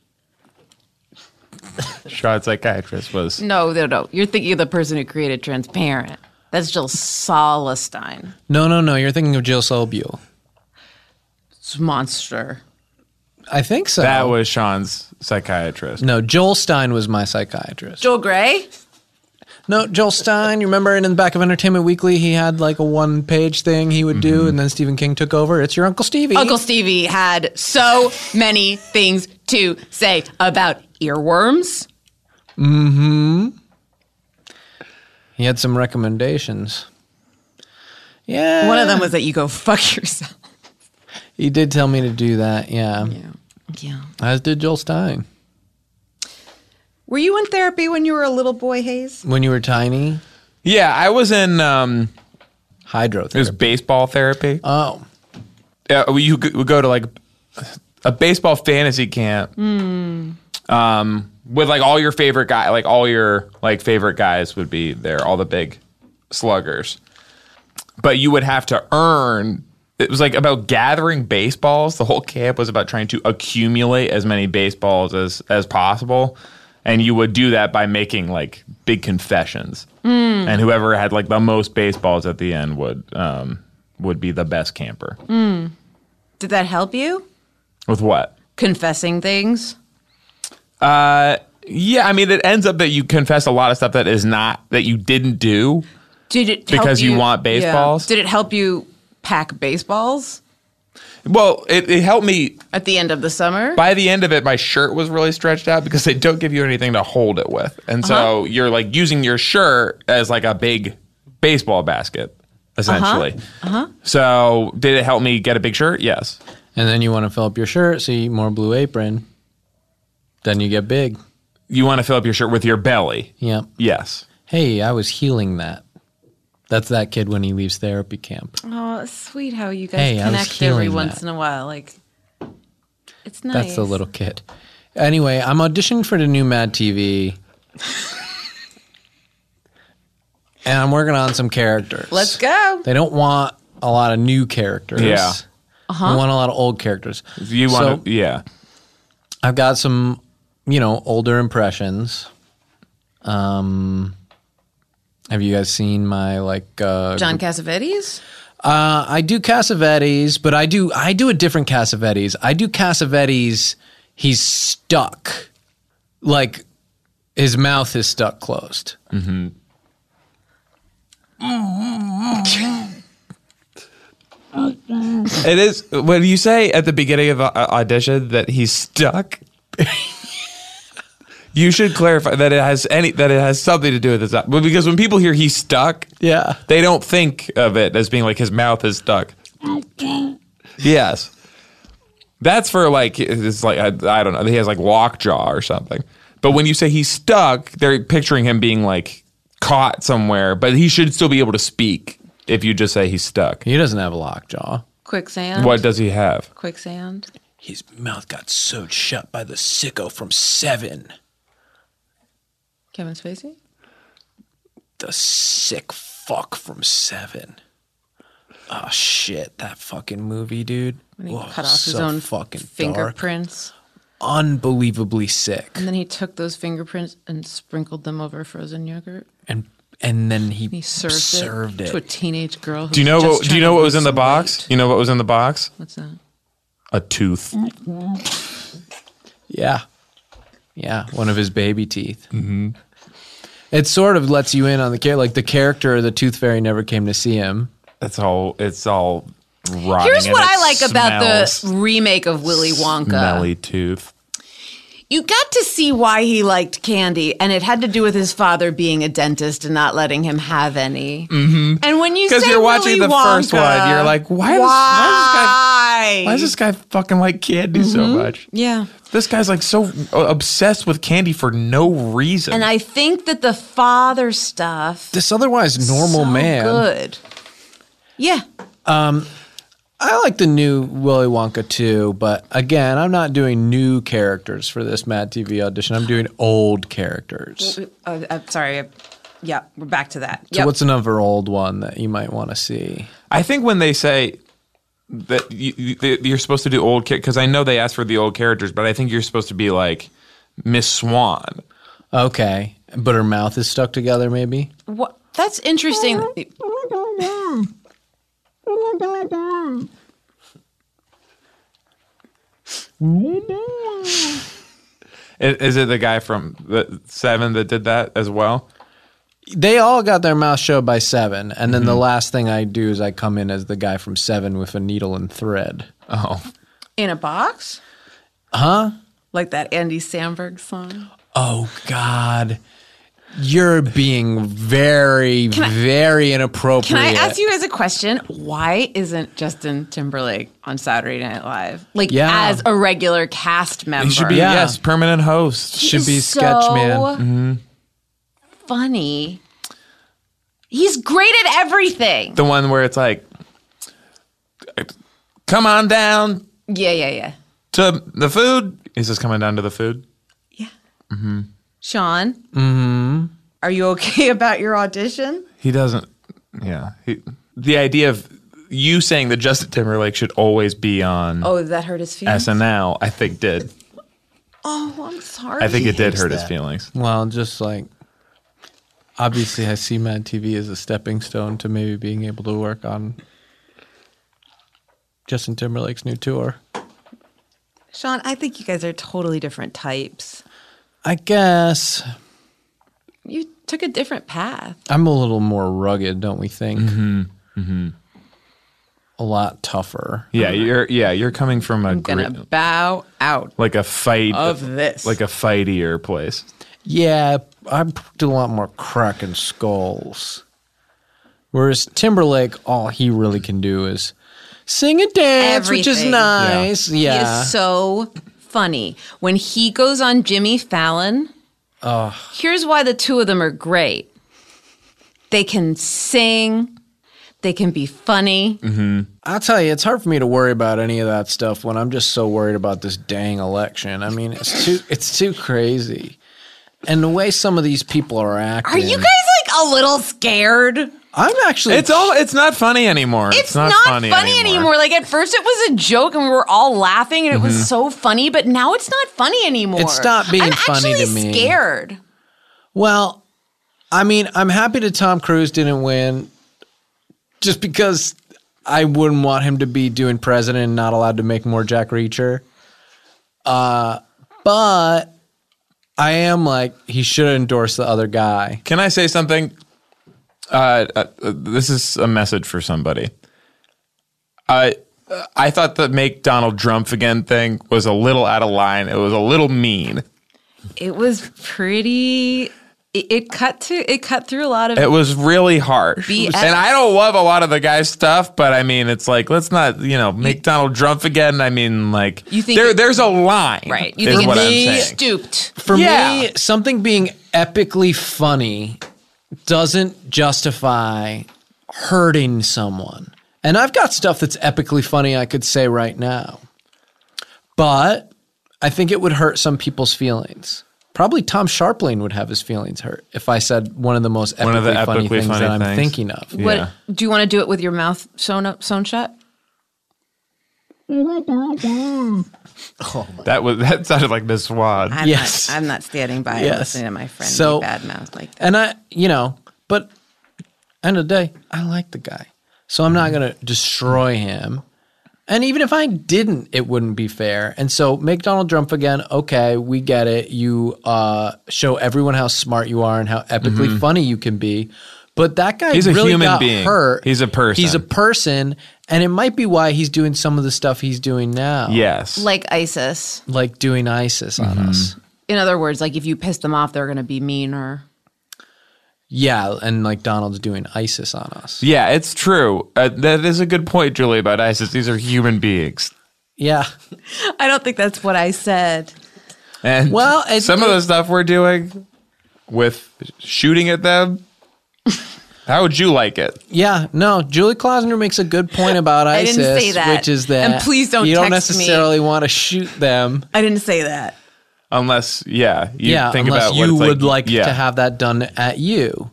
Speaker 1: Charlotte psychiatrist was.
Speaker 4: No, no, no. You're thinking of the person who created Transparent. That's Jill Solestein.
Speaker 2: No, no, no. You're thinking of Jill Solbule.
Speaker 4: It's monster.
Speaker 2: I think so.
Speaker 1: That was Sean's psychiatrist.
Speaker 2: No, Joel Stein was my psychiatrist.
Speaker 4: Joel Gray?
Speaker 2: no, Joel Stein, you remember in the back of Entertainment Weekly, he had like a one page thing he would do, and then Stephen King took over. It's your Uncle Stevie.
Speaker 4: Uncle Stevie had so many things to say about earworms.
Speaker 2: He had some recommendations. Yeah.
Speaker 4: One of them was that you go fuck yourself.
Speaker 2: He did tell me to do that, yeah.
Speaker 4: Yeah.
Speaker 2: As did Joel Stein.
Speaker 5: Were you in therapy when you were a little boy, Hayes?
Speaker 2: When you were tiny,
Speaker 1: Yeah, I was in. Um,
Speaker 2: hydrotherapy.
Speaker 1: it was baseball therapy.
Speaker 2: oh.
Speaker 1: uh, you g- would go to like a baseball fantasy camp um, with like all your favorite guy, like all your like favorite guys would be there, all the big sluggers. But you would have to earn. It was like about gathering baseballs. The whole camp was about trying to accumulate as many baseballs as as possible, and you would do that by making like big confessions. And whoever had like the most baseballs at the end would um, would be the best camper.
Speaker 4: Did that help you?
Speaker 1: With what?
Speaker 4: Confessing things?
Speaker 1: Yeah, I mean, it ends up that you confess a lot of stuff that is not that you didn't do.
Speaker 4: Did it help
Speaker 1: Because you want
Speaker 4: Yeah.
Speaker 1: baseballs?
Speaker 4: Did it help you pack baseballs
Speaker 1: Well, it, it helped me.
Speaker 4: at the end of the summer?
Speaker 1: By the end of it, my shirt was really stretched out because they don't give you anything to hold it with, and so you're like using your shirt as like a big baseball basket, essentially. Uh-huh. So, did it help me get a big shirt? Yes.
Speaker 2: And then you want to fill up your shirt, so you eat more blue apron. Then you get big.
Speaker 1: You want to fill up your shirt with your belly?
Speaker 2: Yeah.
Speaker 1: Yes.
Speaker 2: Hey, I was healing that. That's that kid when he leaves therapy camp.
Speaker 4: oh, it's sweet how you guys
Speaker 2: Hey, I was
Speaker 4: connect every
Speaker 2: healing
Speaker 4: once
Speaker 2: that.
Speaker 4: in a while. Like, it's nice.
Speaker 2: That's the little kid. Anyway, I'm auditioning for the new Mad TV. and I'm working on some characters.
Speaker 4: Let's go.
Speaker 2: They don't want a lot of new characters.
Speaker 1: Yeah.
Speaker 2: Uh-huh. They want a lot of old characters.
Speaker 1: You want to?
Speaker 2: So
Speaker 1: Yeah.
Speaker 2: I've got some, you know, older impressions. Um, have you guys seen my like uh,
Speaker 4: John Cassavetes?
Speaker 2: Uh, I do Cassavetes, but I do I do a different Cassavetes. I do Cassavetes. He's stuck, like his mouth is stuck closed.
Speaker 1: It is. When you say at the beginning of a a- audition that he's stuck, you should clarify that it has any that it has something to do with his. Well, because when people hear he's stuck,
Speaker 2: Yeah.
Speaker 1: they don't think of it as being like his mouth is stuck. yes, that's for like it's like I, I don't know. He has like lockjaw or something. But when you say he's stuck, they're picturing him being like caught somewhere. But he should still be able to speak if you just say he's stuck.
Speaker 2: He doesn't have a lockjaw.
Speaker 4: Quicksand?
Speaker 1: What does he have?
Speaker 4: Quicksand?
Speaker 2: His mouth got sewed shut by the sicko from Seven.
Speaker 4: Kevin Spacey?
Speaker 2: The sick fuck from Seven. Oh shit! That fucking movie, dude.
Speaker 4: When he
Speaker 2: Whoa,
Speaker 4: cut off his
Speaker 2: so
Speaker 4: own
Speaker 2: fucking dark.
Speaker 4: fingerprints.
Speaker 2: Unbelievably sick.
Speaker 4: And then he took those fingerprints and sprinkled them over frozen yogurt.
Speaker 2: and and then he,
Speaker 4: He served,
Speaker 2: served,
Speaker 4: it,
Speaker 2: it.
Speaker 4: to a teenage girl.
Speaker 1: Do you know what? Do you know what was in the box? You know what was in the box?
Speaker 4: What's that?
Speaker 1: A tooth.
Speaker 4: Mm.
Speaker 2: yeah, yeah, one of his baby teeth. Mm-hmm. It sort of lets you in on the character. Like the character, of the Tooth Fairy never came to see him.
Speaker 1: It's all. It's all. Rotting
Speaker 4: Here's
Speaker 1: and
Speaker 4: what
Speaker 1: it
Speaker 4: I like about the
Speaker 1: smells
Speaker 4: remake of Willy Wonka.
Speaker 1: smelly tooth.
Speaker 4: You got to see why he liked candy, and it had to do with his father being a dentist and not letting him have any. Mm-hmm. And when you
Speaker 1: Because
Speaker 4: say
Speaker 1: you're watching the
Speaker 4: Willy
Speaker 1: first
Speaker 4: Wonka-
Speaker 1: one, you're like, why? Does, why does this guy? Why does this guy fucking like candy so
Speaker 4: Mm-hmm.
Speaker 1: much?
Speaker 4: yeah.
Speaker 1: This guy's like so uh, obsessed with candy for no reason.
Speaker 4: And I think that the father stuff
Speaker 2: This otherwise normal
Speaker 4: so
Speaker 2: man.
Speaker 4: good. Yeah,
Speaker 2: I like the new Willy Wonka too, but again, I'm not doing new characters for this Mad TV audition. I'm doing old
Speaker 4: Mm,
Speaker 2: characters.
Speaker 5: Uh, I'm sorry. I- Yeah, we're back to that.
Speaker 2: So what's another old one that you might want to see?
Speaker 1: I think when they say that you, you, that you're supposed to do old because I know they asked for the old characters, but I think you're supposed to be like Miss Swan.
Speaker 2: Okay, but her mouth is stuck together, maybe.
Speaker 4: what? That's interesting.
Speaker 1: Uh-huh. I- Is it the guy from the Seven that did that as well?
Speaker 2: they all got their mouth showed by seven, and then the last thing I do is I come in as the guy from Seven with a needle and thread.
Speaker 1: Oh,
Speaker 4: In a box? Huh? Like that Andy Samberg song?
Speaker 2: Oh God, you're being very, very
Speaker 4: Can
Speaker 2: inappropriate.
Speaker 4: I ask you as a question? Why isn't Justin Timberlake on Saturday Night Live? Like
Speaker 2: Yeah.
Speaker 4: as a regular cast member?
Speaker 1: he should be
Speaker 2: Yeah.
Speaker 1: yes, permanent host.
Speaker 2: Should be
Speaker 4: He's
Speaker 2: sketch man. Mm-hmm.
Speaker 4: so Funny. He's great at everything.
Speaker 1: The one where it's like, come on down,
Speaker 4: Yeah, yeah, yeah.
Speaker 1: So the food is this coming down to the food?
Speaker 4: Sean,
Speaker 1: Mm-hmm.
Speaker 5: Are you okay about your audition?
Speaker 1: He doesn't. Yeah. He, the idea of you saying that Justin Timberlake should always be on
Speaker 5: Oh, that hurt his feelings.
Speaker 1: SNL, I think did.
Speaker 5: oh, I'm sorry.
Speaker 1: I think it did hurt his
Speaker 3: that.
Speaker 1: feelings.
Speaker 2: Well, just like obviously, I see Mad TV as a stepping stone to maybe being able to work on Justin Timberlake's new tour.
Speaker 5: Sean, I think you guys are totally different types.
Speaker 2: I guess
Speaker 4: you took a different path.
Speaker 2: I'm a little more rugged, don't we think? Mm-hmm. Mm-hmm. A lot tougher.
Speaker 1: Yeah, you're yeah you're coming from a
Speaker 4: I'm gonna
Speaker 1: gri-
Speaker 4: bow out.
Speaker 1: like a fight
Speaker 4: of this.
Speaker 1: like a fightier place.
Speaker 2: Yeah, I do a lot more cracking skulls. Whereas Timberlake, all he really can do is sing and dance, which is
Speaker 5: Everything.
Speaker 2: nice. Yeah.
Speaker 4: He is so funny. When he goes on Jimmy Fallon, here's why the two of them are great. They can sing, they can be funny.
Speaker 2: I'll tell you, it's hard for me to worry about any of that stuff when I'm just so worried about this dang election. I mean, it's too it's too crazy. And the way some of these people are acting.
Speaker 4: Are you guys like a little scared? It's,
Speaker 2: I'm actually
Speaker 1: It's all it's not funny anymore. It's,
Speaker 4: not, funny, anymore. Like at first it was a joke and we were all laughing and it was so funny, but now it's not funny anymore.
Speaker 2: It stopped being
Speaker 4: I'm
Speaker 2: funny to
Speaker 4: actually
Speaker 2: me.
Speaker 4: scared.
Speaker 2: Well, I mean, I'm happy that Tom Cruise didn't win just because I wouldn't want him to be doing president and not allowed to make more Jack Reacher. Uh, but I am like, he should endorse the other guy.
Speaker 1: Can I say something? Uh, uh, uh, this is a message for somebody. I I thought the make Donald Trump again thing was a little out of line. It was a little mean.
Speaker 4: It was pretty it, it cut to it cut through a lot of
Speaker 1: It was really harsh.
Speaker 4: BS.
Speaker 1: And I don't love a lot of the guy's stuff, but I mean, it's like let's not you know make Donald Trump again. I mean, like
Speaker 4: You think
Speaker 1: there
Speaker 4: it-
Speaker 1: there's a line,
Speaker 4: right. You
Speaker 1: is
Speaker 4: think
Speaker 1: what I'm
Speaker 4: it's
Speaker 1: saying.
Speaker 4: stooped.
Speaker 2: For
Speaker 1: Yeah.
Speaker 2: me, something being epically funny doesn't justify hurting someone. And I've got stuff that's epically funny I could say right now. But I think it would hurt some people's feelings. Probably Tom Sharpling would have his feelings hurt if I said one of the most epically,
Speaker 1: One of the
Speaker 2: funny
Speaker 1: epically
Speaker 2: things
Speaker 1: funny
Speaker 2: that I'm
Speaker 1: things.
Speaker 2: thinking of.
Speaker 1: Yeah.
Speaker 4: What do you want to do it with your mouth sewn up, sewn shut?
Speaker 1: That was that sounded like Miss Wad.
Speaker 5: I'm
Speaker 2: Yes.
Speaker 5: not. I'm not standing by and
Speaker 2: Yes.
Speaker 5: listening to my friend
Speaker 2: So-
Speaker 5: be bad mouth like that.
Speaker 2: And I, you know, but end of the day, I like the guy. So I'm
Speaker 1: Mm-hmm.
Speaker 2: not going to destroy him. And even if I didn't, it wouldn't be fair. And so make Donald Trump again. Okay, we get it. You uh, show everyone how smart you are and how epically funny you can be. But that guy
Speaker 1: Mm-hmm. He's a
Speaker 2: really
Speaker 1: human
Speaker 2: got
Speaker 1: being.
Speaker 2: hurt.
Speaker 1: He's a person.
Speaker 2: He's a person. And it might be why he's doing some of the stuff he's doing now.
Speaker 1: Yes,
Speaker 4: Like ISIS.
Speaker 2: Like doing ISIS on
Speaker 1: Mm-hmm.
Speaker 2: us.
Speaker 4: In other words, like if you piss them off, they're going to be meaner.
Speaker 2: Yeah. And like Donald's doing ISIS on us.
Speaker 1: yeah, it's true. Uh, that is a good point, Julie, about ISIS. These are human beings.
Speaker 2: Yeah.
Speaker 4: I don't think that's what I said.
Speaker 1: And
Speaker 2: Well, it-
Speaker 1: some of the stuff we're doing with shooting at them, how would you like it?
Speaker 2: Yeah, no. Julie Klausner makes a good point about
Speaker 4: I
Speaker 2: ISIS,
Speaker 4: didn't say that.
Speaker 2: which is that
Speaker 4: And please don't
Speaker 2: you don't
Speaker 4: text me.
Speaker 2: necessarily want to shoot them.
Speaker 5: I didn't say that.
Speaker 1: Unless, yeah, you
Speaker 2: yeah,
Speaker 1: think
Speaker 2: unless
Speaker 1: about what
Speaker 2: you
Speaker 1: it's
Speaker 2: would like,
Speaker 1: yeah.
Speaker 2: to have that done at you,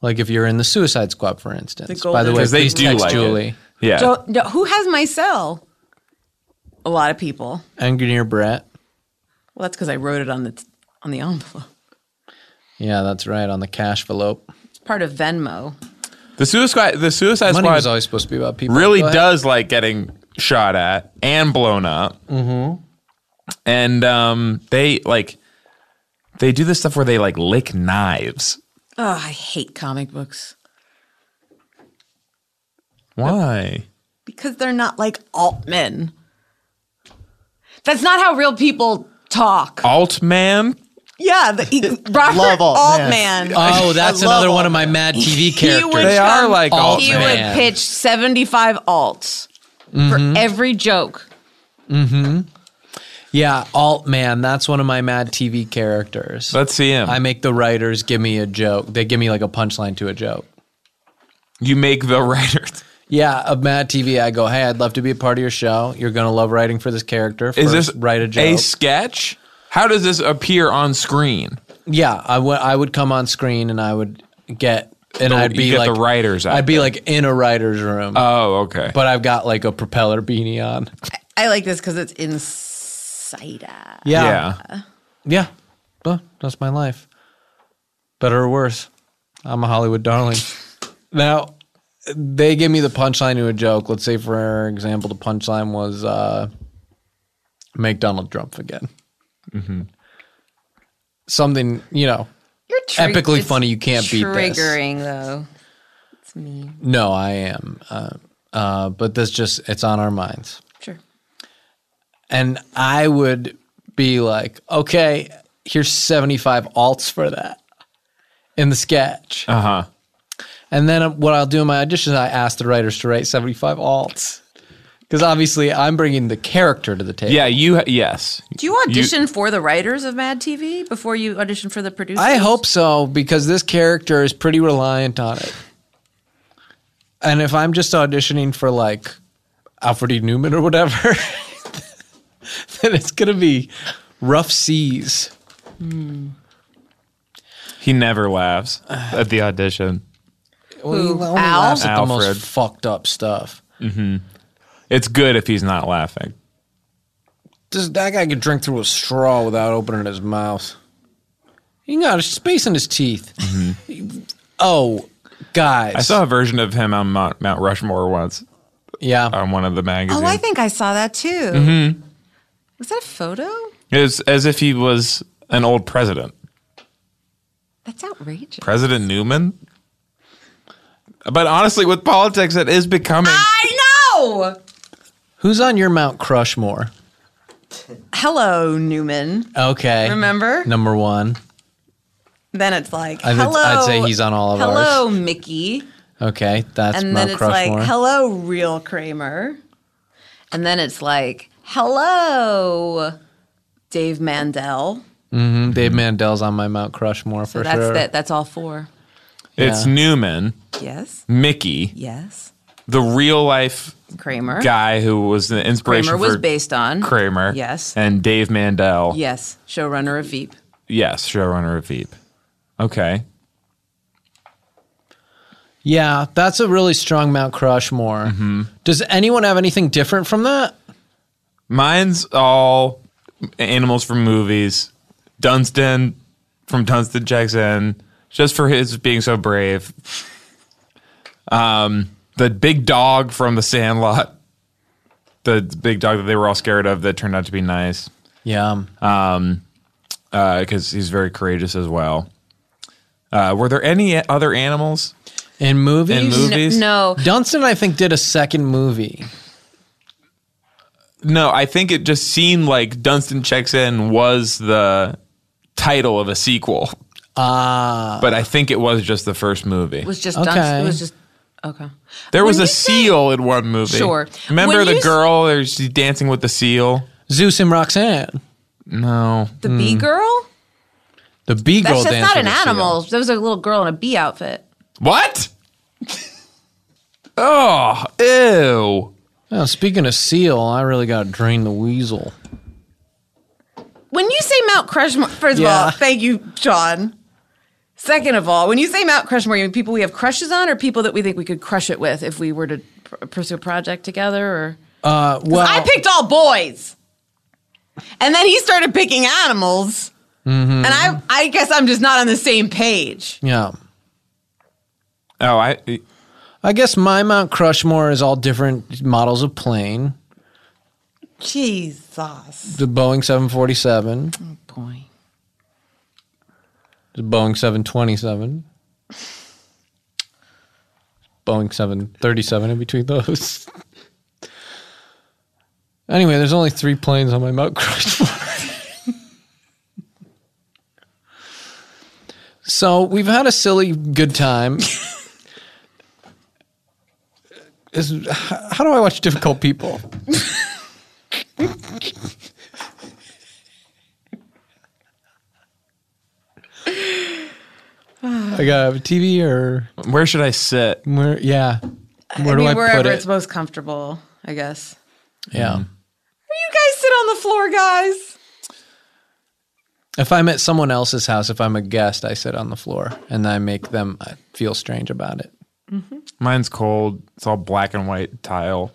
Speaker 2: like if you're in the Suicide Squad, for instance.
Speaker 5: The
Speaker 2: By
Speaker 5: golden-
Speaker 2: the way,
Speaker 1: because they
Speaker 2: please
Speaker 1: do
Speaker 2: text
Speaker 1: like
Speaker 2: Julie.
Speaker 1: it. Yeah,
Speaker 5: Don't- no, who has my cell? A lot of people.
Speaker 2: Engineer Brett.
Speaker 5: Well, that's because I wrote it on the t- on the envelope.
Speaker 2: Yeah, that's right on the cash envelope.
Speaker 5: It's part of Venmo.
Speaker 1: the suicide, the Suicide
Speaker 2: Money was
Speaker 1: Squad
Speaker 2: always supposed to be about people.
Speaker 1: really
Speaker 2: Go ahead.
Speaker 1: does like getting shot at and blown up. Mm-hmm. And um, they like they do this stuff where they like lick knives.
Speaker 5: Oh, I hate comic books
Speaker 1: Why?
Speaker 5: because they're not like Altman. That's not how real people talk.
Speaker 1: Altman.
Speaker 5: Yeah, the,
Speaker 4: e-
Speaker 5: he, Robert
Speaker 3: Love
Speaker 5: Altman.
Speaker 3: Altman.
Speaker 2: Oh, that's
Speaker 3: I love
Speaker 2: another one
Speaker 3: all
Speaker 2: of my Mad TV characters.
Speaker 5: would
Speaker 1: They are like
Speaker 2: Alt
Speaker 4: He
Speaker 1: Altman.
Speaker 2: Man. Mm-hmm.
Speaker 4: would pitch 75 alts for every joke.
Speaker 2: yeah, Alt Man. That's one of my Mad TV characters.
Speaker 1: Let's see him.
Speaker 2: I make the writers give me a joke. They give me like a punchline to a joke.
Speaker 1: you make the writers.
Speaker 2: yeah, of Mad TV, I go, hey, I'd love to be a part of your show. You're gonna love writing for this character. First,
Speaker 1: Is this
Speaker 2: write a joke?
Speaker 1: sketch? How does this appear on screen?
Speaker 2: yeah, I would I would come on screen and I would get and
Speaker 1: The-
Speaker 2: I'd
Speaker 1: you
Speaker 2: be
Speaker 1: get
Speaker 2: like
Speaker 1: the writers out
Speaker 2: I'd be
Speaker 1: there.
Speaker 2: like in a writer's room,
Speaker 1: Oh, okay.
Speaker 2: but I've got like a propeller beanie on.
Speaker 4: I like this because it's insider.
Speaker 1: yeah.
Speaker 2: Yeah. Well, that's my life. Better or worse, I'm a Hollywood darling. now, they give me the punchline to a joke. Let's say, for example, the punchline was uh, make Donald Trump again. Something, you know.
Speaker 4: You're
Speaker 2: Epically funny, you can't beat this.
Speaker 4: Triggering though. It's me.
Speaker 2: No, I am. Uh, uh, but that's just, it's on our minds.
Speaker 4: Sure.
Speaker 2: And I would be like, okay, here's 75 alts for that in the sketch.
Speaker 1: Uh huh.
Speaker 2: And then uh, what I'll do in my audition is I ask the writers to write 75 alts. Because obviously I'm bringing the character to the table.
Speaker 1: Yeah. You. Yes.
Speaker 4: Do you audition for the writers of Mad TV before you audition for the producers?
Speaker 2: I hope so because this character is pretty reliant on it. And if I'm just auditioning for like Alfred E. Newman or whatever, then it's going to be rough seas.
Speaker 1: He never laughs at the audition.
Speaker 2: Well, he only
Speaker 4: Al?
Speaker 2: laughs at the
Speaker 1: Alfred.
Speaker 2: most fucked up stuff.
Speaker 1: It's good if he's not laughing.
Speaker 2: This, that guy could drink through a straw without opening his mouth. He got a space in his teeth. Oh, guys.
Speaker 1: Mm-hmm. I saw a version of him on Mount, Mount Rushmore once
Speaker 2: Yeah.
Speaker 1: on one of the magazines.
Speaker 4: Oh, I think I saw that too.
Speaker 2: Mm-hmm.
Speaker 4: Was that a photo?
Speaker 1: it was as if he was an old president,
Speaker 4: That's outrageous.
Speaker 1: President Newman. But honestly, with politics, it is becoming.
Speaker 4: Ah! I know.
Speaker 2: Who's on your Mount Crushmore?
Speaker 4: Hello, Newman.
Speaker 2: Okay.
Speaker 4: Remember?
Speaker 2: Number one.
Speaker 4: Then it's like
Speaker 2: I'd-
Speaker 4: hello.
Speaker 2: I'd say he's on all of
Speaker 4: hello,
Speaker 2: ours.
Speaker 4: Hello, Mickey.
Speaker 2: Okay. That's
Speaker 4: and then
Speaker 2: Mount
Speaker 4: it's
Speaker 2: Crushmore.
Speaker 4: like hello, real Kramer. And then it's like hello, Dave Mandel.
Speaker 2: Mm, Dave Mandel's on my Mount Crushmore
Speaker 4: So
Speaker 2: for
Speaker 4: that's
Speaker 2: sure.
Speaker 4: that. That's all four.
Speaker 1: It's
Speaker 2: Yeah.
Speaker 1: Newman,
Speaker 4: Yes.
Speaker 1: Mickey,
Speaker 4: Yes.
Speaker 1: the real life
Speaker 4: Kramer.
Speaker 1: guy who was the inspiration
Speaker 4: Kramer was
Speaker 1: for
Speaker 4: based on
Speaker 1: Kramer.
Speaker 4: Yes.
Speaker 1: And Dave Mandel.
Speaker 4: Yes. Showrunner of Veep.
Speaker 1: Yes, showrunner of Veep. Okay.
Speaker 2: Yeah, that's a really strong Mount Crushmore.
Speaker 1: Mm-hmm.
Speaker 2: Does anyone have anything different from that?
Speaker 1: Mine's all animals from movies. Dunstan from Dunstan checks in just for his being so brave. Um, the big dog from The Sandlot, the big dog that they were all scared of that turned out to be nice
Speaker 2: Yeah.
Speaker 1: Uh, because he's very courageous as well. Uh, were there any other animals
Speaker 2: in movies?
Speaker 1: in movies?
Speaker 4: Oh.
Speaker 6: No,
Speaker 2: Dunstan, I think, did a second movie.
Speaker 1: No, I think it just seemed like Dunstan Checks In was the title of a sequel. Ah. but I think it was just the first movie.
Speaker 6: it was just
Speaker 2: Okay.
Speaker 6: done. It was just okay.
Speaker 1: there was
Speaker 6: when
Speaker 1: a
Speaker 6: you say-
Speaker 1: seal in one movie.
Speaker 6: Sure.
Speaker 1: Remember
Speaker 6: When
Speaker 1: the
Speaker 6: you s-
Speaker 1: girl or she's dancing with the seal?
Speaker 2: Zeus and Roxanne.
Speaker 1: No.
Speaker 4: The bee girl.
Speaker 2: The bee Hmm. girl
Speaker 4: That's just
Speaker 2: dance.
Speaker 4: not
Speaker 2: with
Speaker 4: an
Speaker 2: a seal.
Speaker 4: animal. That was a little girl in a bee outfit.
Speaker 1: What? oh, ew. Oh,
Speaker 2: Well, speaking of seal, I really got to drain the weasel.
Speaker 4: When you say Mount Crushmore, first
Speaker 2: Yeah.
Speaker 4: of all, thank you, John. Second of all, when you say Mount Crushmore, you mean people we have crushes on, or people that we think we could crush it with if we were to pr- pursue a project together? Or
Speaker 2: Uh, well,
Speaker 4: I picked all boys, and then he started picking animals,
Speaker 2: Mm-hmm.
Speaker 4: and I I guess I'm just not on the same page.
Speaker 2: Yeah.
Speaker 1: Oh, I
Speaker 2: I guess my Mount Crushmore is all different models of plane.
Speaker 4: Jesus,
Speaker 2: The Boeing 747,
Speaker 4: boy.
Speaker 2: the Boeing 727, Boeing 737 in between those. Anyway, there's only three planes on my Mount Crushmore. so we've had a silly good time. Is, h- how do I watch difficult people? I got a TV or
Speaker 1: where should I sit?
Speaker 2: uh, where? Yeah. Where do
Speaker 4: mean,
Speaker 2: I
Speaker 4: wherever
Speaker 2: put
Speaker 4: it's
Speaker 2: it?
Speaker 4: most comfortable, I guess.
Speaker 2: Yeah.
Speaker 4: You guys sit on the floor, guys.
Speaker 2: If I'm at someone else's house, if I'm a guest, I sit on the floor and I make them uh, feel strange about it.
Speaker 1: Mine's cold. It's all black and white tile.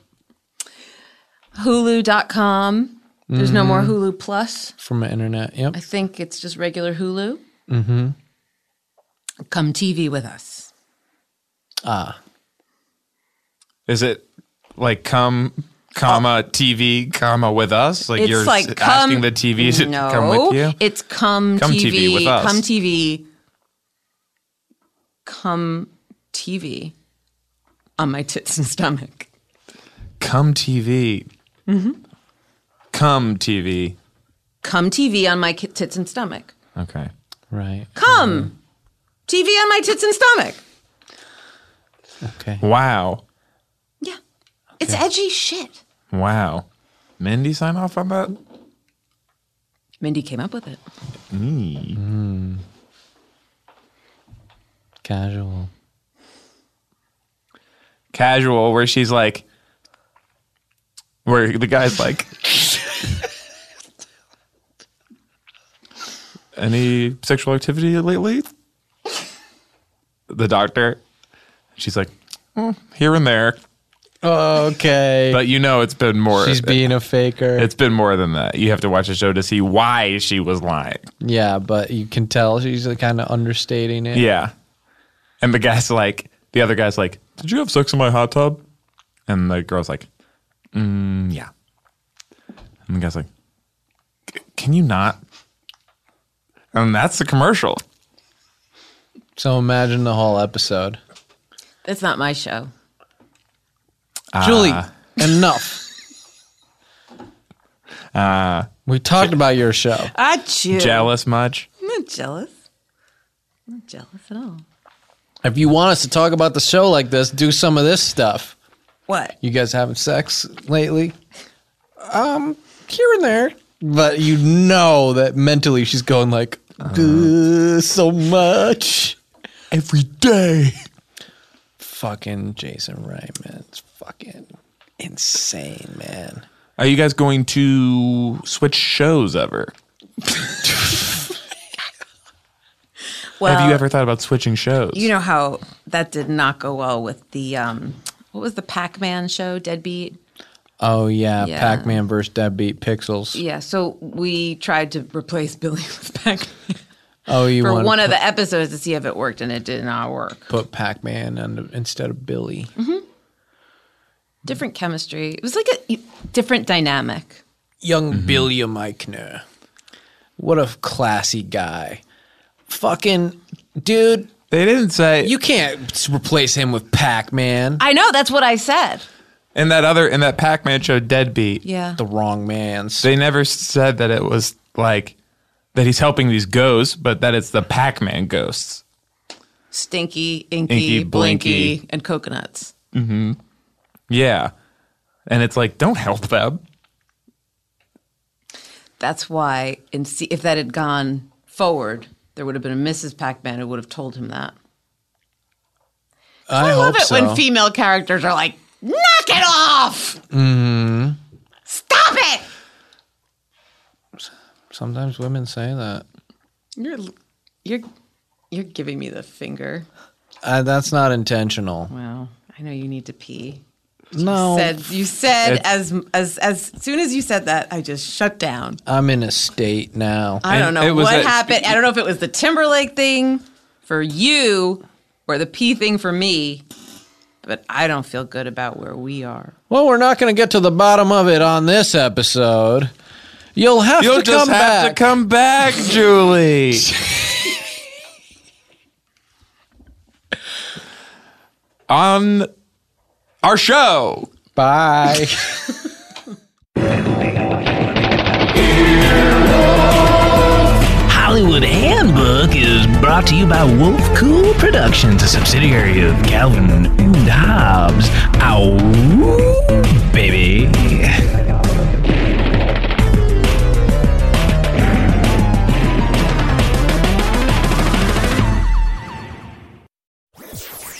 Speaker 4: Hulu.com. There's no
Speaker 2: Mm-hmm.
Speaker 4: more Hulu Plus.
Speaker 2: From the internet. Yep.
Speaker 4: I think it's just regular Hulu. Mm-hmm. Come TV with us.
Speaker 1: Is it like come, comma TV, comma with us? Like
Speaker 4: Oh. It's
Speaker 1: you're
Speaker 4: like
Speaker 1: s-
Speaker 4: come,
Speaker 1: asking the TV to
Speaker 4: no,
Speaker 1: come with you?
Speaker 4: It's come,
Speaker 1: Come
Speaker 4: TV,
Speaker 1: TV with us.
Speaker 4: Come TV. Come TV on my tits and stomach.
Speaker 1: Come TV.
Speaker 4: Mm-hmm.
Speaker 1: Come TV.
Speaker 4: Come TV on my ki- tits and stomach.
Speaker 1: Okay.
Speaker 2: Right.
Speaker 1: Mm-hmm.
Speaker 4: Come TV on my tits and stomach.
Speaker 2: Okay.
Speaker 1: Wow.
Speaker 4: Yeah. It's edgy shit.
Speaker 1: Wow. Mindy sign off on that?
Speaker 4: Mindy came up with it.
Speaker 2: Casual.
Speaker 1: Casual, where she's like, where the guy's like, any sexual activity lately? The doctor. She's like, "Mm, here and there.
Speaker 2: Okay.
Speaker 1: But you know, it's been more.
Speaker 2: She's being a faker.
Speaker 1: it's been more than that. You have to watch the show to see why she was lying.
Speaker 2: yeah, but you can tell she's kind of understating it.
Speaker 1: Yeah. And the guy's like, the other guy's like, Did you have sex in my hot tub? And the girl's like, mm, Yeah. And the guy's like, "C- Can you not? And that's the commercial.
Speaker 2: So imagine the whole episode.
Speaker 4: That's not my show.
Speaker 2: Julie, enough. we talked about your show.
Speaker 4: I you.
Speaker 1: Jealous much?
Speaker 4: I'm not jealous. I'm not jealous at all.
Speaker 2: If you want us to talk about the show like this, do some of this stuff.
Speaker 4: What?
Speaker 2: You guys having sex lately? Um, here and there. But you know that mentally she's going like, "Gah, so much.
Speaker 1: Every day.
Speaker 2: Fucking Jason Reitman. It's fucking insane, man.
Speaker 1: Are you guys going to switch shows ever?
Speaker 4: Well,
Speaker 1: have you ever thought about switching shows?
Speaker 4: You know how that did not go well with the um, what was the Pac-Man show, Deadbeat?
Speaker 2: Oh, yeah.
Speaker 4: Yeah.
Speaker 2: Pac Man versus Deadbeat Pixels.
Speaker 4: Yeah, so we tried to replace Billy with Pac-Man
Speaker 2: Oh, you
Speaker 4: for
Speaker 2: want
Speaker 4: one of the episodes to see if it worked, and it did not work.
Speaker 2: put Pac Man instead of Billy.
Speaker 4: Different chemistry. It was like a e, different dynamic.
Speaker 2: young
Speaker 1: Mm-hmm.
Speaker 2: Billiam Eichner. What a classy guy. Fucking dude,
Speaker 1: they didn't say.
Speaker 2: you can't s- replace him with Pac Man.
Speaker 4: I know that's what I said.
Speaker 1: in that other, in that Pac Man show, Deadbeat.
Speaker 4: Yeah,
Speaker 2: The wrong man's.
Speaker 1: They never said that it was like that he's helping these ghosts, but that it's the Pac Man ghosts.
Speaker 4: stinky, inky,
Speaker 1: Inky,
Speaker 4: blinky,
Speaker 1: blinky.
Speaker 4: and coconuts.
Speaker 1: Yeah. And it's like, don't help them.
Speaker 4: That's why, in C- if that had gone forward, there would have been a Mrs. Pac-Man who would have told him that.
Speaker 2: I,
Speaker 4: I love
Speaker 2: hope
Speaker 4: it
Speaker 2: so.
Speaker 4: when female characters are like, knock it off! Mm-hmm. Stop it!
Speaker 2: Sometimes women say that.
Speaker 4: You're, you're, you're giving me the finger.
Speaker 2: Uh, that's not intentional.
Speaker 4: Wow. I know you need to pee.
Speaker 2: No,
Speaker 4: Said you said
Speaker 1: It's-
Speaker 4: as as as soon as you said that I just shut down.
Speaker 2: I'm in a state now.
Speaker 4: I don't
Speaker 1: And it
Speaker 4: know
Speaker 1: was
Speaker 4: what
Speaker 1: that-
Speaker 4: happened. I don't know if it was the Timberlake thing for you or the pee thing for me, but I don't feel good about where we are.
Speaker 2: well, we're not going to get to the bottom of it on this episode. You'll have
Speaker 1: You'll
Speaker 2: to
Speaker 1: just
Speaker 2: come
Speaker 1: have to
Speaker 2: back.
Speaker 1: come back, Julie. On our show.
Speaker 2: Bye.
Speaker 7: Hollywood Handbook is brought to you by Wolf Cool Productions, a subsidiary of Calvin and Hobbes. Ow, baby.